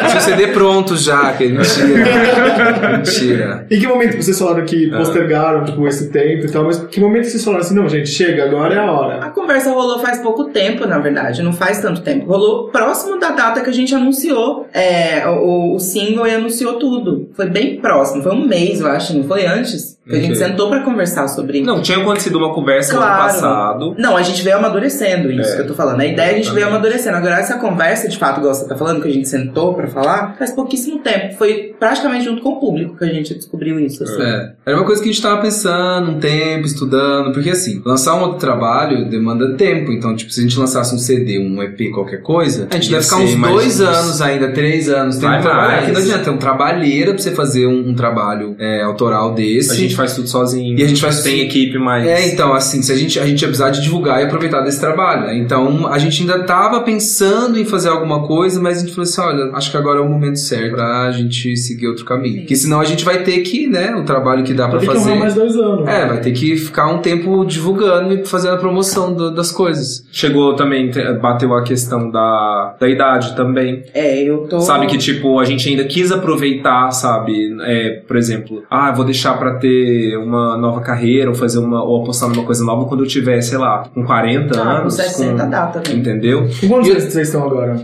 Tinha o CD pronto já, que *laughs* mentira. Mentira. Em que momento vocês falaram que É. postergaram, tipo, esse tempo e tal, mas que momento vocês falaram assim, não, gente, chega, agora é a hora. A conversa rolou faz pouco tempo, na verdade, não faz tanto tempo. Rolou próximo da data que a gente anunciou é, o, o single e anunciou tudo. Foi bem próximo, foi um mês, eu acho, não foi antes? Que a gente Ok. sentou pra conversar sobre Não, tinha acontecido uma conversa no Claro. ano passado. Não, a gente veio amadurecendo isso É. que eu tô falando. A ideia a gente Exatamente. veio amadurecendo. Agora, essa conversa, de fato, igual você tá falando, que a gente sentou pra falar, faz pouquíssimo tempo. Foi praticamente junto com o público que a gente descobriu isso. assim. É. Era uma coisa que a gente tava pensando um tempo, estudando, porque assim, lançar um outro trabalho demanda tempo. Então, tipo, se a gente lançasse um CD, um EP, qualquer coisa, a gente Ia deve ficar ser uns mais dois uns- anos ainda, três anos, tem Vai um trabalho. mais. Porque não adianta, é um trabalheira pra você fazer um, um trabalho é, autoral desse. A gente faz tudo sozinho. E a gente faz sem tudo- equipe, mas. É, então, assim, se a gente, a gente ia precisar de divulgar e aproveitar desse trabalho. né? Então, a gente ainda tava pensando em fazer alguma coisa, mas a gente falou assim: olha, acho que agora é o momento certo pra gente seguir outro caminho. Porque senão a gente vai ter que, né, o trabalho que dá pra Vai ter que fazer. honrar mais um. dois anos. É, vai ter que ficar um tempo divulgando e fazendo a promoção do- das coisas. Chegou também, te- bateu a questão da, da idade também. É, eu tô. Sabe que, tipo, a gente ainda quis aproveitar, sabe? É, por exemplo, ah, vou deixar pra ter uma nova carreira ou fazer uma. ou apostar numa coisa nova quando eu tiver, sei lá, com 40 Ah, com né? anos. 60 dá também. Entendeu? Com quantos anos vocês estão agora?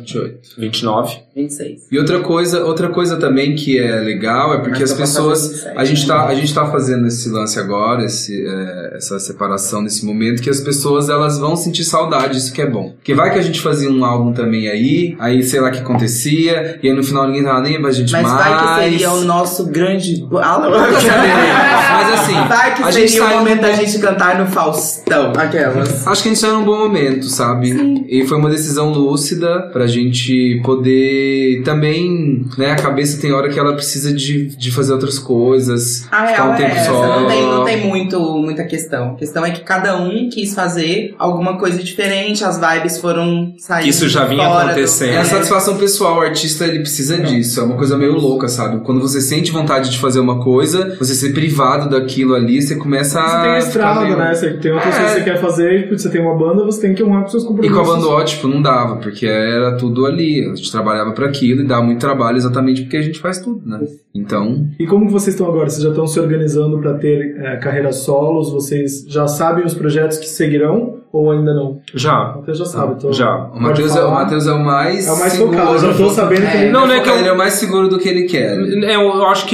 29. 26. E outra coisa, outra coisa também que é legal é porque Mas as tô pra fazer pessoas. 27, A gente, né? tá, a gente tá fazendo esse lance agora, esse, é, essa separação nesse momento, que as pessoas elas vão sentir saudade, isso que é bom. Porque vai que a gente fazia um álbum também aí, aí sei lá o que acontecia, e aí no final ninguém tava nem pra gente Mas mais. vai que seria um- o nosso grande. Ah, não. Nunca saberemos. Mas assim, Vai que a gente seria o saiu momento num da bom- gente cantar no Faustão. Aquelas. Acho que a gente tá num bom momento, sabe? E foi uma decisão lúcida pra gente poder também, né? A cabeça tem hora que ela precisa de, de fazer outras coisas. A ficar real um tempo é essa, só. não tem, não tem muito, muita questão. A questão é que cada um quis fazer alguma coisa diferente, as vibes foram saindo. Isso já vinha fora do- acontecendo. É a satisfação pessoal, o artista ele precisa disso. É uma coisa meio louca, sabe? Quando você sente vontade de fazer uma coisa, você ser privado lado daquilo ali, você Ah, começa Você tem a. a ficar estrada, meio- né? Você tem outras É. coisas que você quer fazer, tipo, você tem uma banda, você tem que honrar com seus E com a compromissos. banda ó, tipo, não dava, porque era tudo ali. A gente trabalhava pra aquilo e dava muito trabalho exatamente porque a gente faz tudo, né? Então, E como que vocês estão agora? Vocês já estão se organizando para ter eh, carreiras solos? Vocês já sabem os projetos que seguirão ou ainda não? Já. Você já sabe. Então Já. o Matheus é, o Matheus é o mais. É o mais focado, eu já *laughs* tô sabendo que ele- Não, não é focado, que eu- Ele é o mais seguro do que ele quer. É, eu, eu acho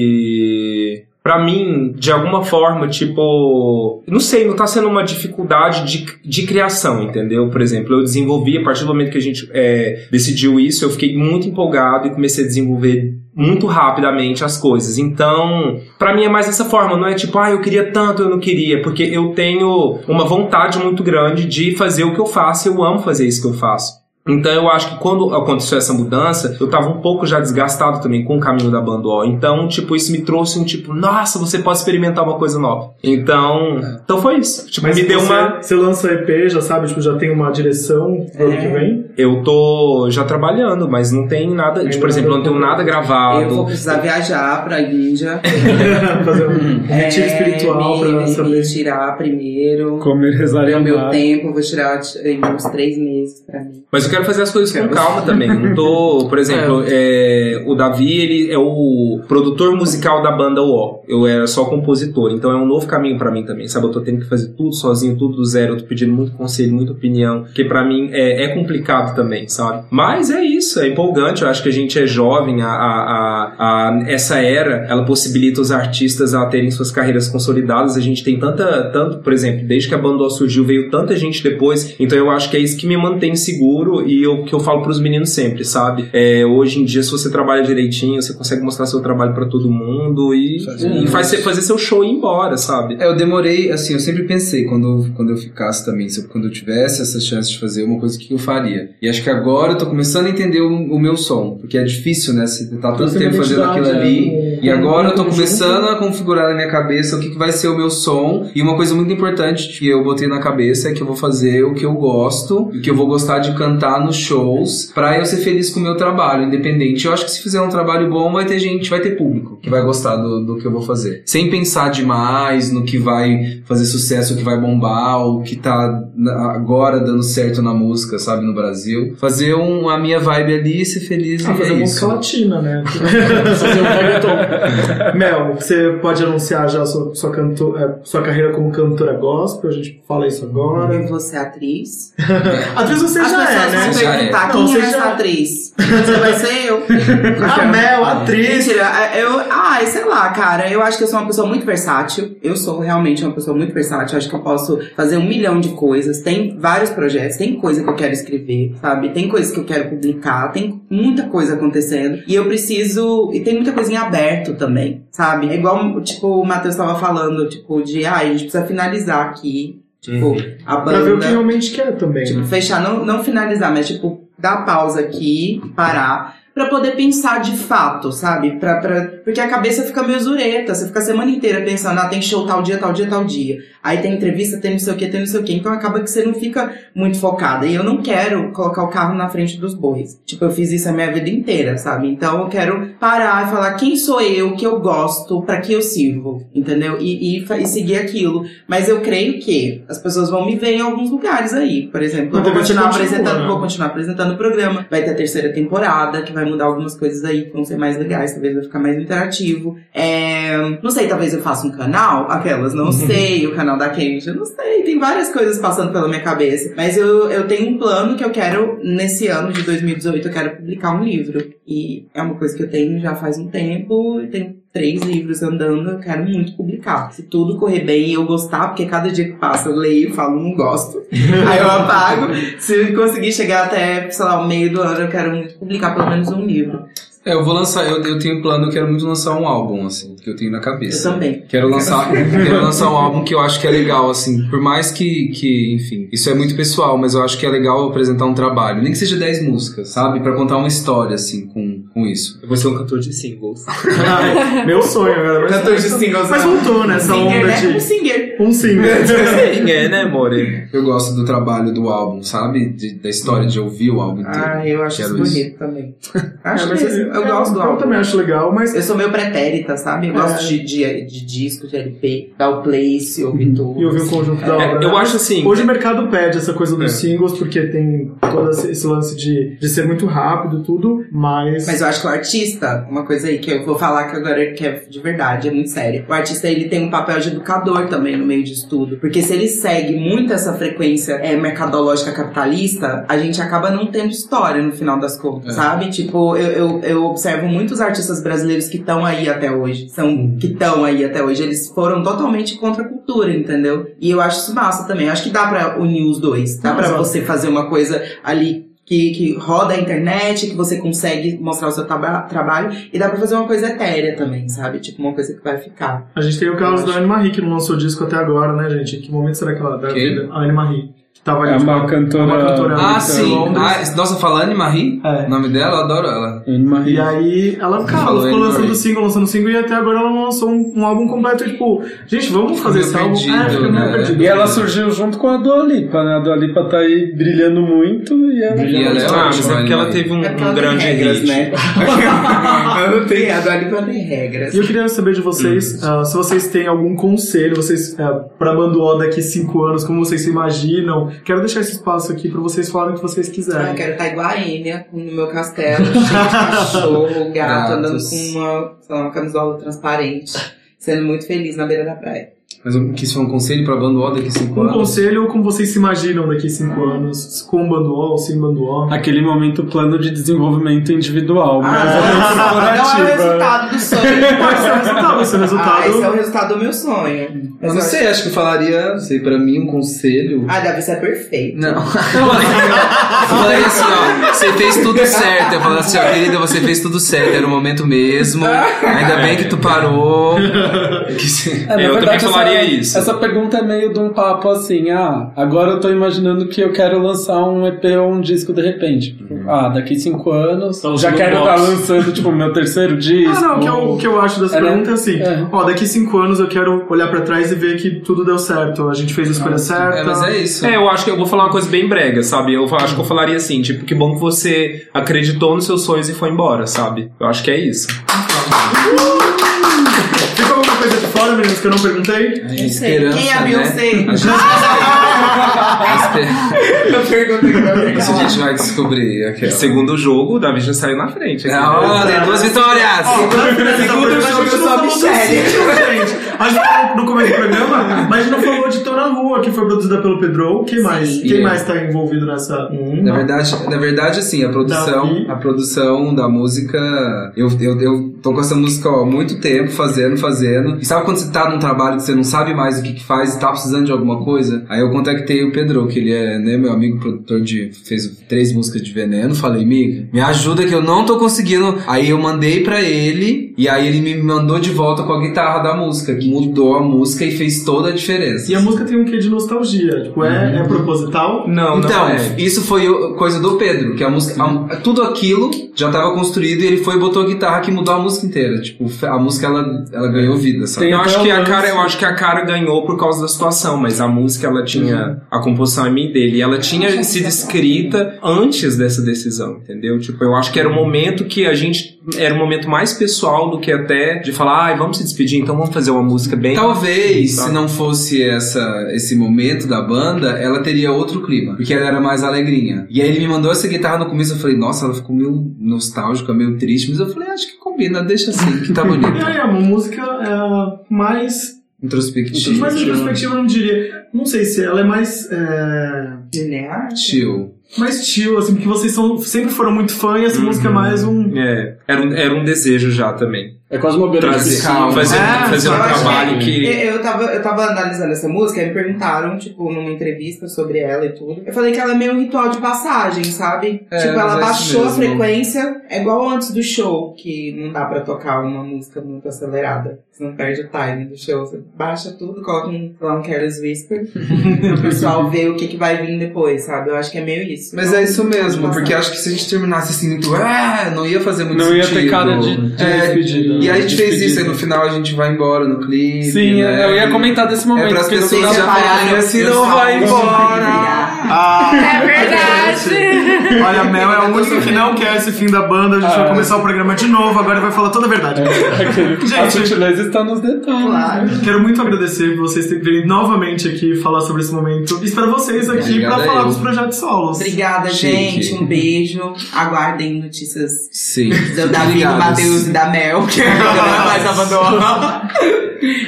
que pra mim, de alguma forma, tipo, não sei, não tá sendo uma dificuldade de, de criação, entendeu? Por exemplo, eu desenvolvi, a partir do momento que a gente é, decidiu isso, eu fiquei muito empolgado e comecei a desenvolver muito rapidamente as coisas. Então, pra mim é mais essa forma, não é tipo, ah, eu queria tanto, eu não queria, porque eu tenho uma vontade muito grande de fazer o que eu faço, eu amo fazer isso que eu faço. Então eu acho que quando aconteceu essa mudança, eu tava um pouco já desgastado também com o caminho da banda ó. Então, tipo, isso me trouxe um tipo, nossa, você pode experimentar uma coisa nova. Então, então foi isso. Tipo, Mas me deu você, uma Você lança EP, já sabe, tipo, já tem uma direção pro ano que É. vem? eu tô já trabalhando, mas não tem nada, tipo, por exemplo, eu não tenho nada Eu vou gravado. precisar viajar pra Índia. *laughs* Fazer um retiro espiritual É, me, pra saber. me tirar primeiro. Comer, rezar e Meu, meu amar. tempo, vou tirar t- em uns três meses pra mim. Mas eu quero fazer as coisas com calma também. Não tô, por exemplo, é, o Davi, ele é o produtor musical da banda UO. Eu era só compositor, então é um novo caminho pra mim também, sabe? Eu tô tendo que fazer tudo sozinho, tudo do zero. Eu tô pedindo muito conselho, muita opinião, que pra mim é, é complicado também, sabe? Mas é isso, é empolgante. Eu acho que a gente é jovem, a, a, a, a- essa era, ela possibilita os artistas a terem suas carreiras consolidadas. A gente tem tanta, tanto, por exemplo, desde que a banda surgiu, veio tanta gente depois. Então eu acho que é isso que me mantém seguro e o que eu falo pros meninos sempre, sabe? É, hoje em dia, se você trabalha direitinho, você consegue mostrar seu trabalho pra todo mundo e, e faz, fazer seu show e ir embora, sabe? É, eu demorei, assim, eu sempre pensei quando, quando eu ficasse também, se eu- quando eu tivesse essa chance de fazer uma coisa, o que eu faria? E acho que agora eu tô começando a entender o, o meu som, porque é difícil, né? Você tá tanto Então Você tem tempo uma fazendo aquilo identidade, ali. é, E um- agora eu tô um começando a configurar na minha cabeça o que, que vai ser o meu som. E uma coisa muito importante que eu botei na cabeça é que eu vou fazer o que eu gosto, o que eu vou gostar de cantar nos shows, pra eu ser feliz com o meu trabalho, independente. Eu acho que se fizer um trabalho bom, vai ter gente, vai ter público que vai gostar do, do que eu vou fazer. Sem pensar demais no que vai fazer sucesso, o que vai bombar, o que tá na- agora dando certo na música, sabe, no Brasil. Fazer um, a minha vibe ali, ser feliz Ah, e fazer é isso. música latina, né? fazer um reggaeton. Mel, você pode anunciar já a sua, sua, canto- eh, sua carreira como cantora gospel, a gente fala isso agora. Eu vou ser atriz. *laughs* Atriz você As já é, pessoas né? vão Já é. perguntar Não, quem você é essa já- atriz. Você vai ser eu. *laughs* A Mel, atriz. Mentira, é, eu. Ai, sei lá, cara. Eu acho que eu sou uma pessoa muito versátil. Eu sou realmente uma pessoa muito versátil. Acho que eu posso fazer um milhão de coisas. Tem vários projetos, tem coisa que eu quero escrever, sabe? Tem coisas que eu quero publicar, tem muita coisa acontecendo. E eu preciso. E tem muita coisa em aberto também, sabe? É igual, tipo, o Matheus tava falando, tipo, de. Ai, a gente precisa finalizar aqui. Tipo, a banda. Pra ver Uhum. o que realmente quer também. né? *laughs* Tipo, fechar, não, não finalizar, mas tipo, dar pausa aqui, parar, pra poder pensar de fato, sabe? Pra, pra, porque a cabeça fica meio zureta, você fica a semana inteira pensando, ah, tem show tal dia, tal dia, tal dia. Aí tem entrevista, tem não sei o que, tem não sei o que. Então acaba que você não fica muito focada. E eu não quero colocar o carro na frente dos bois. Tipo, eu fiz isso a minha vida inteira, sabe? Então eu quero parar e falar quem sou eu, o que eu gosto, pra que eu sirvo, entendeu? E, e, fa- e seguir aquilo. Mas eu creio que as pessoas vão me ver em alguns lugares aí. Por exemplo, eu Mas vou vai continuar continuar, apresentando, né? vou continuar apresentando o programa. Vai ter a terceira temporada, que vai mudar algumas coisas aí que vão ser mais legais, talvez vai ficar mais interativo. É, Não sei, talvez eu faça um canal, aquelas, não sei, o canal da Kenji, não sei, tem várias coisas passando pela minha cabeça. Mas eu, eu tenho um plano que eu quero, nesse ano de 2018, eu quero publicar um livro. E é uma coisa que eu tenho já faz um tempo, eu tenho três livros andando, eu quero muito publicar. Se tudo correr bem e eu gostar, porque cada dia que passa eu leio e falo, não *laughs* gosto. Aí eu apago. Se eu conseguir chegar até, sei lá, o meio do ano, eu quero muito publicar pelo menos um livro. É, eu vou lançar, eu, eu tenho plano, eu quero muito lançar um álbum, assim, que eu tenho na Eu cabeça. também. Quero lançar, quero lançar um álbum que eu acho que é legal, assim, por mais que, que, enfim, isso é muito pessoal, mas eu acho que é legal apresentar um trabalho, nem que seja 10 músicas, sabe? Pra contar uma história, assim, com, com isso. Eu vou ser um cantor de singles. Ah, meu sonho, galera. Mas- Cantor de né? singles, Mas não. voltou nessa Singer, onda né? Um de singer. um single. *laughs* *laughs* é, Ninguém, né, More? Eu gosto do trabalho do álbum, sabe? De- da história, de ouvir o álbum inteiro. Ah, eu acho Quero isso bonito também. Acho É, mas mesmo. eu- Eu gosto do Eu álbum. também acho legal, mas Eu sou meio pretérita, sabe? Eu gosto de, de, de disco, de LP, dar o play, se ouvir tudo. e ouvir o conjunto da É, obra. eu né? acho assim. Hoje o mercado pede essa coisa dos É. singles, porque tem todo esse esse lance de, de ser muito rápido e tudo, mas. Mas eu acho que o artista, uma coisa aí que eu vou falar que agora que é de verdade, é muito sério. O artista ele tem um papel de educador também no meio disso tudo. Porque se ele segue muito essa frequência é, mercadológica capitalista, a gente acaba não tendo história no final das contas, sabe? Tipo, eu, eu, eu observo muitos artistas brasileiros que estão aí até hoje. São que estão aí até hoje. Eles foram totalmente contra a cultura, entendeu? E eu acho isso massa também. Eu acho que dá pra unir os dois. Dá pra você fazer uma coisa ali que, que roda a internet, que você consegue mostrar o seu traba- trabalho e dá pra fazer uma coisa etérea também, sabe? Tipo, uma coisa que *laughs* vai ficar. A gente tem o caso da Anne Marie, que não lançou disco até agora, né, gente? Que momento será que ela da Quem? vida? A Anne Marie. Que tava ali. É uma tipo, cantora- Uma cantora Ah, americana. sim. Ah, nossa, falando em Marie, É. o nome dela, eu adoro ela. E aí, ela, cara, ela Falou ficou Anne lançando Marie. single, lançando single, e até agora ela não lançou um, um álbum completo. e, Tipo, gente, vamos fazer meio esse álbum. perdido, é, fica meio né? perdido. E ela surgiu junto com a Dua Lipa, né? A Dua Lipa tá aí brilhando muito e ela... E ela é ah, mas ótima, é porque né? ela teve um, É porque ela um tem grande regras, hit. né? Ela não tem. a Dua Lipa tem regras. E eu queria saber de vocês, ah, se vocês têm algum conselho, vocês, ah, pra Banduó daqui cinco anos, como vocês se imaginam. Quero deixar esse espaço aqui pra vocês falarem o que vocês Ah, eu quiserem. quero estar igual a Enya, no meu castelo, cheio de cachorro, gato, andando Gatos. com uma, sei lá, uma camisola transparente, sendo muito feliz na beira da praia. Mas eu quis foi um conselho pra banda Oda daqui 5 Um anos. conselho ou como vocês se imaginam daqui cinco anos, com Banduó ou sem Banduó. Aquele momento plano de desenvolvimento individual. né? mas é muito não é o corporativa. resultado do sonho. Pode ser o resultado, esse é o resultado. Ah, esse é o resultado do meu sonho. Eu não sei, acho que eu falaria, não sei, pra mim um conselho. *laughs* Ah, Davi, você é perfeito. Não. Eu assim, falei assim, ó, você fez tudo certo. Eu falei assim, ó, querida, você fez tudo certo. Era o momento mesmo. Ainda bem que tu parou. *laughs* Que se- É, na Eu também essa- falaria isso. Essa pergunta é meio de um papo assim, ah, agora eu tô imaginando que eu quero lançar um EP ou um disco de repente. Tipo, Uhum. Ah, daqui cinco anos, Tá lançando já quero um estar box. lançando, tipo, meu terceiro *laughs* disco. Ah, não, o que eu, o que eu acho dessa É, né? pergunta é assim: É. ó, daqui cinco anos eu quero olhar pra trás e ver que tudo deu certo, a gente fez a escolha certa. É, mas é isso. É, eu acho que eu vou falar uma coisa bem brega, sabe? Eu fa- acho que eu falaria assim, tipo, que bom que você acreditou nos seus sonhos e foi embora, sabe? Eu acho que é isso. Ficou alguma coisa de fora, meninos, que eu não perguntei? Ai, Esperança, Quem é a né? Beyoncé? *laughs* *laughs* Esper- Eu *laughs* perguntei pra mim. Isso a gente vai descobrir. Aquela. Segundo jogo, o Davi já saiu na frente. aqui, né? Ah, tem duas vitórias. Segundo é jogo eu sou a Michelle. gente. A gente falou no começo do programa, mas a gente não falou de Tô na Rua, que foi produzida pelo Pedro. Quem mais? Quem Yeah. mais tá envolvido nessa? Hum, Na verdade, na verdade, assim, a produção, Davi. a produção da música, eu, eu, eu tô com essa música ó, há muito tempo, fazendo, fazendo. E sabe quando você tá num trabalho que você não sabe mais o que, que faz e tá precisando de alguma coisa? Aí eu contactei o Pedro, que ele é, né, meu amigo produtor de. fez três músicas de veneno. Falei, miga, me ajuda que eu não tô conseguindo. Aí eu mandei pra ele, e aí ele me mandou de volta com a guitarra da música, que mudou a música e fez toda a diferença. E a música tem um quê de nostalgia? Tipo, é, é proposital? Não, Então, não é. isso foi o- coisa do Pedro, que a música. a- tudo aquilo já estava construído e ele foi e botou a guitarra que mudou a música inteira. Tipo, a música ela, ela ganhou vida, sabe? Tem Eu até acho, um que a lance. cara, eu acho que a cara ganhou por causa da situação, mas a música ela Uhum. tinha. A composição é minha e dele. E ela tinha sido é um escrita antes dessa decisão, entendeu? Tipo, eu acho que era o momento que a gente. Era um momento mais pessoal do que até de falar, ai, vamos se despedir, então vamos fazer uma música bem. Talvez, Tá. se não fosse essa, esse momento da banda, ela teria outro clima, porque ela era mais alegrinha. E aí ele me mandou essa guitarra no começo, eu falei, nossa, ela ficou meio nostálgica, meio triste, mas eu falei, acho que combina, deixa assim, que tá E *laughs* bonito. aí, é uma música é, mais Introspectivo. Mas em perspectiva, eu não diria. Não sei se ela é mais. é, Linear? Chill. mais chill, assim, porque vocês são, sempre foram muito fã e essa música é mais um. É, era um, era um desejo já também. É quase uma beira Trazer, de né? Calma. fazer, É, fazer um eu acho que- trabalho que. Eu, eu, tava, eu tava analisando essa música e me perguntaram, tipo, numa entrevista sobre ela e tudo. Eu falei que ela é meio um ritual de passagem, sabe? É, tipo, mas ela é isso baixou a mesmo. frequência. É igual antes do show, que não dá pra tocar uma música muito acelerada. Você não perde o time do show. Você baixa tudo, coloca um, sei lá, um *laughs* Careless Whisper. o pessoal vê o que, que vai vir depois, sabe? Eu acho que é meio isso. Mas é isso mesmo, porque acho que se a gente terminasse assim muito, ah, não ia fazer muito Não ia sentido. ter cara de, de É, despedida. E aí né? a gente despedida. fez isso, aí no final a gente vai embora no clipe. Sim, né? eu ia comentar desse É momento. pras porque no pessoas final- já Separado, falarem assim, não vai pessoal. embora. É verdade. Olha, Mel é o único que não quer esse fim da banda. A gente vai começar o programa de novo, agora vai falar toda a verdade. Ah. É, Aquele, a *laughs* Gente. sutileza está nos detalhes. Quero muito agradecer por vocês terem vindo novamente aqui falar sobre esse momento. Espero vocês aqui Obrigado pra a falar eu. dos projetos solos. Obrigada, Chique. gente. Um beijo. Aguardem notícias Sim. do Então, Davi, do Obrigado. Matheus e da Mel, *laughs* que agora mais abandonou.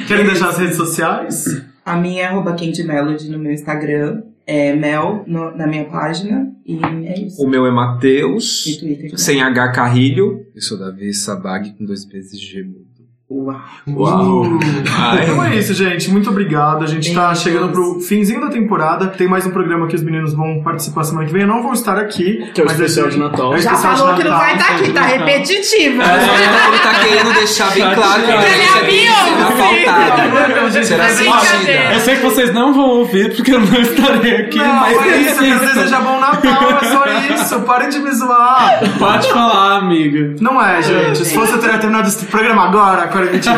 Querem deixar as redes sociais? A minha é arroba Candy Melody no meu Instagram. É Mel no- na minha página. E é isso. O meu é Matheus, E Twitter. sem H Carrilho. Eu sou Davi Sabag com dois P's de G. Uau. Uau! Então é isso, gente. Muito obrigado. A gente tá chegando pro finzinho da temporada. Tem mais um programa que os meninos vão participar semana que vem. Eu não vou estar aqui. Que é o mas especial esse- de Natal. é o Já especial de falou que não Natal. vai estar aqui, tá repetitivo. Ele tá querendo deixar bem claro que a Ele é audiência será Beyoncé. faltada. Será brincadeira. sentida. Eu sei que vocês não vão ouvir porque eu não estarei aqui, Não, mas é isso. Quero insistam. desejar bom Natal. É só isso. Parem de me zoar. Pode falar, amiga. Não é, gente. Se fosse eu teria terminado esse programa agora, agora é *laughs* mentira.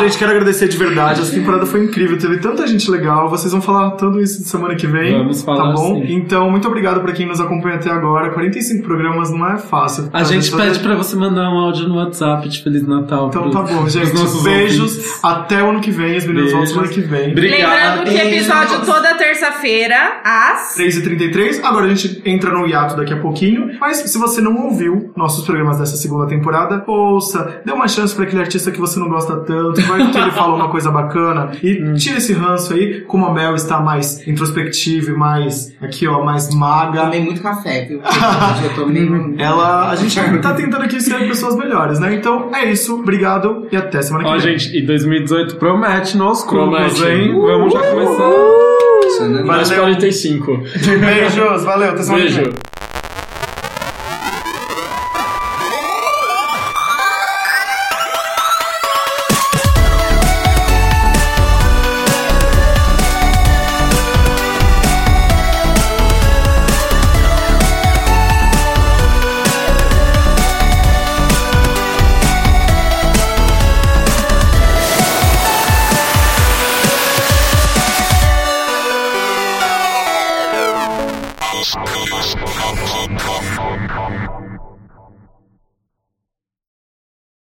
Gente, quero agradecer de verdade. Essa temporada foi incrível. Teve tanta gente legal. Vocês vão falar tudo isso semana que vem. Vamos Tá falar, bom? sim. Então, muito obrigado pra quem nos acompanha até agora. 45 programas não é fácil. A gente Todas- pede pra você mandar um áudio no WhatsApp de Feliz Natal. Então pros- tá bom, pros gente. nossos Beijos. ouvintes. Até o ano que vem. Os meninos voltam semana que vem. Lembrando que Beijo. episódio toda terça-feira, às. 3h33, agora a gente entra no hiato daqui a pouquinho. Mas se você não ouviu nossos programas dessa segunda temporada, ouça, dê uma chance pra aquele artista que você não gosta tanto, vai que ele fala uma coisa bacana *laughs* Hum. e tira esse ranço aí. Como a Mel está mais introspectiva e mais, aqui ó, mais maga. Tomei muito café, viu? Hoje Eu tô *laughs* meio... Ela, a gente tá tentando aqui ser pessoas melhores, né? Então é isso, obrigado e até semana que Ó, vem. gente, e 2018 promete nós cubos, Promete. hein? Vamos já começar. Mais é um- Valeu. 45. Beijos, valeu, até semana que vem. Beijo.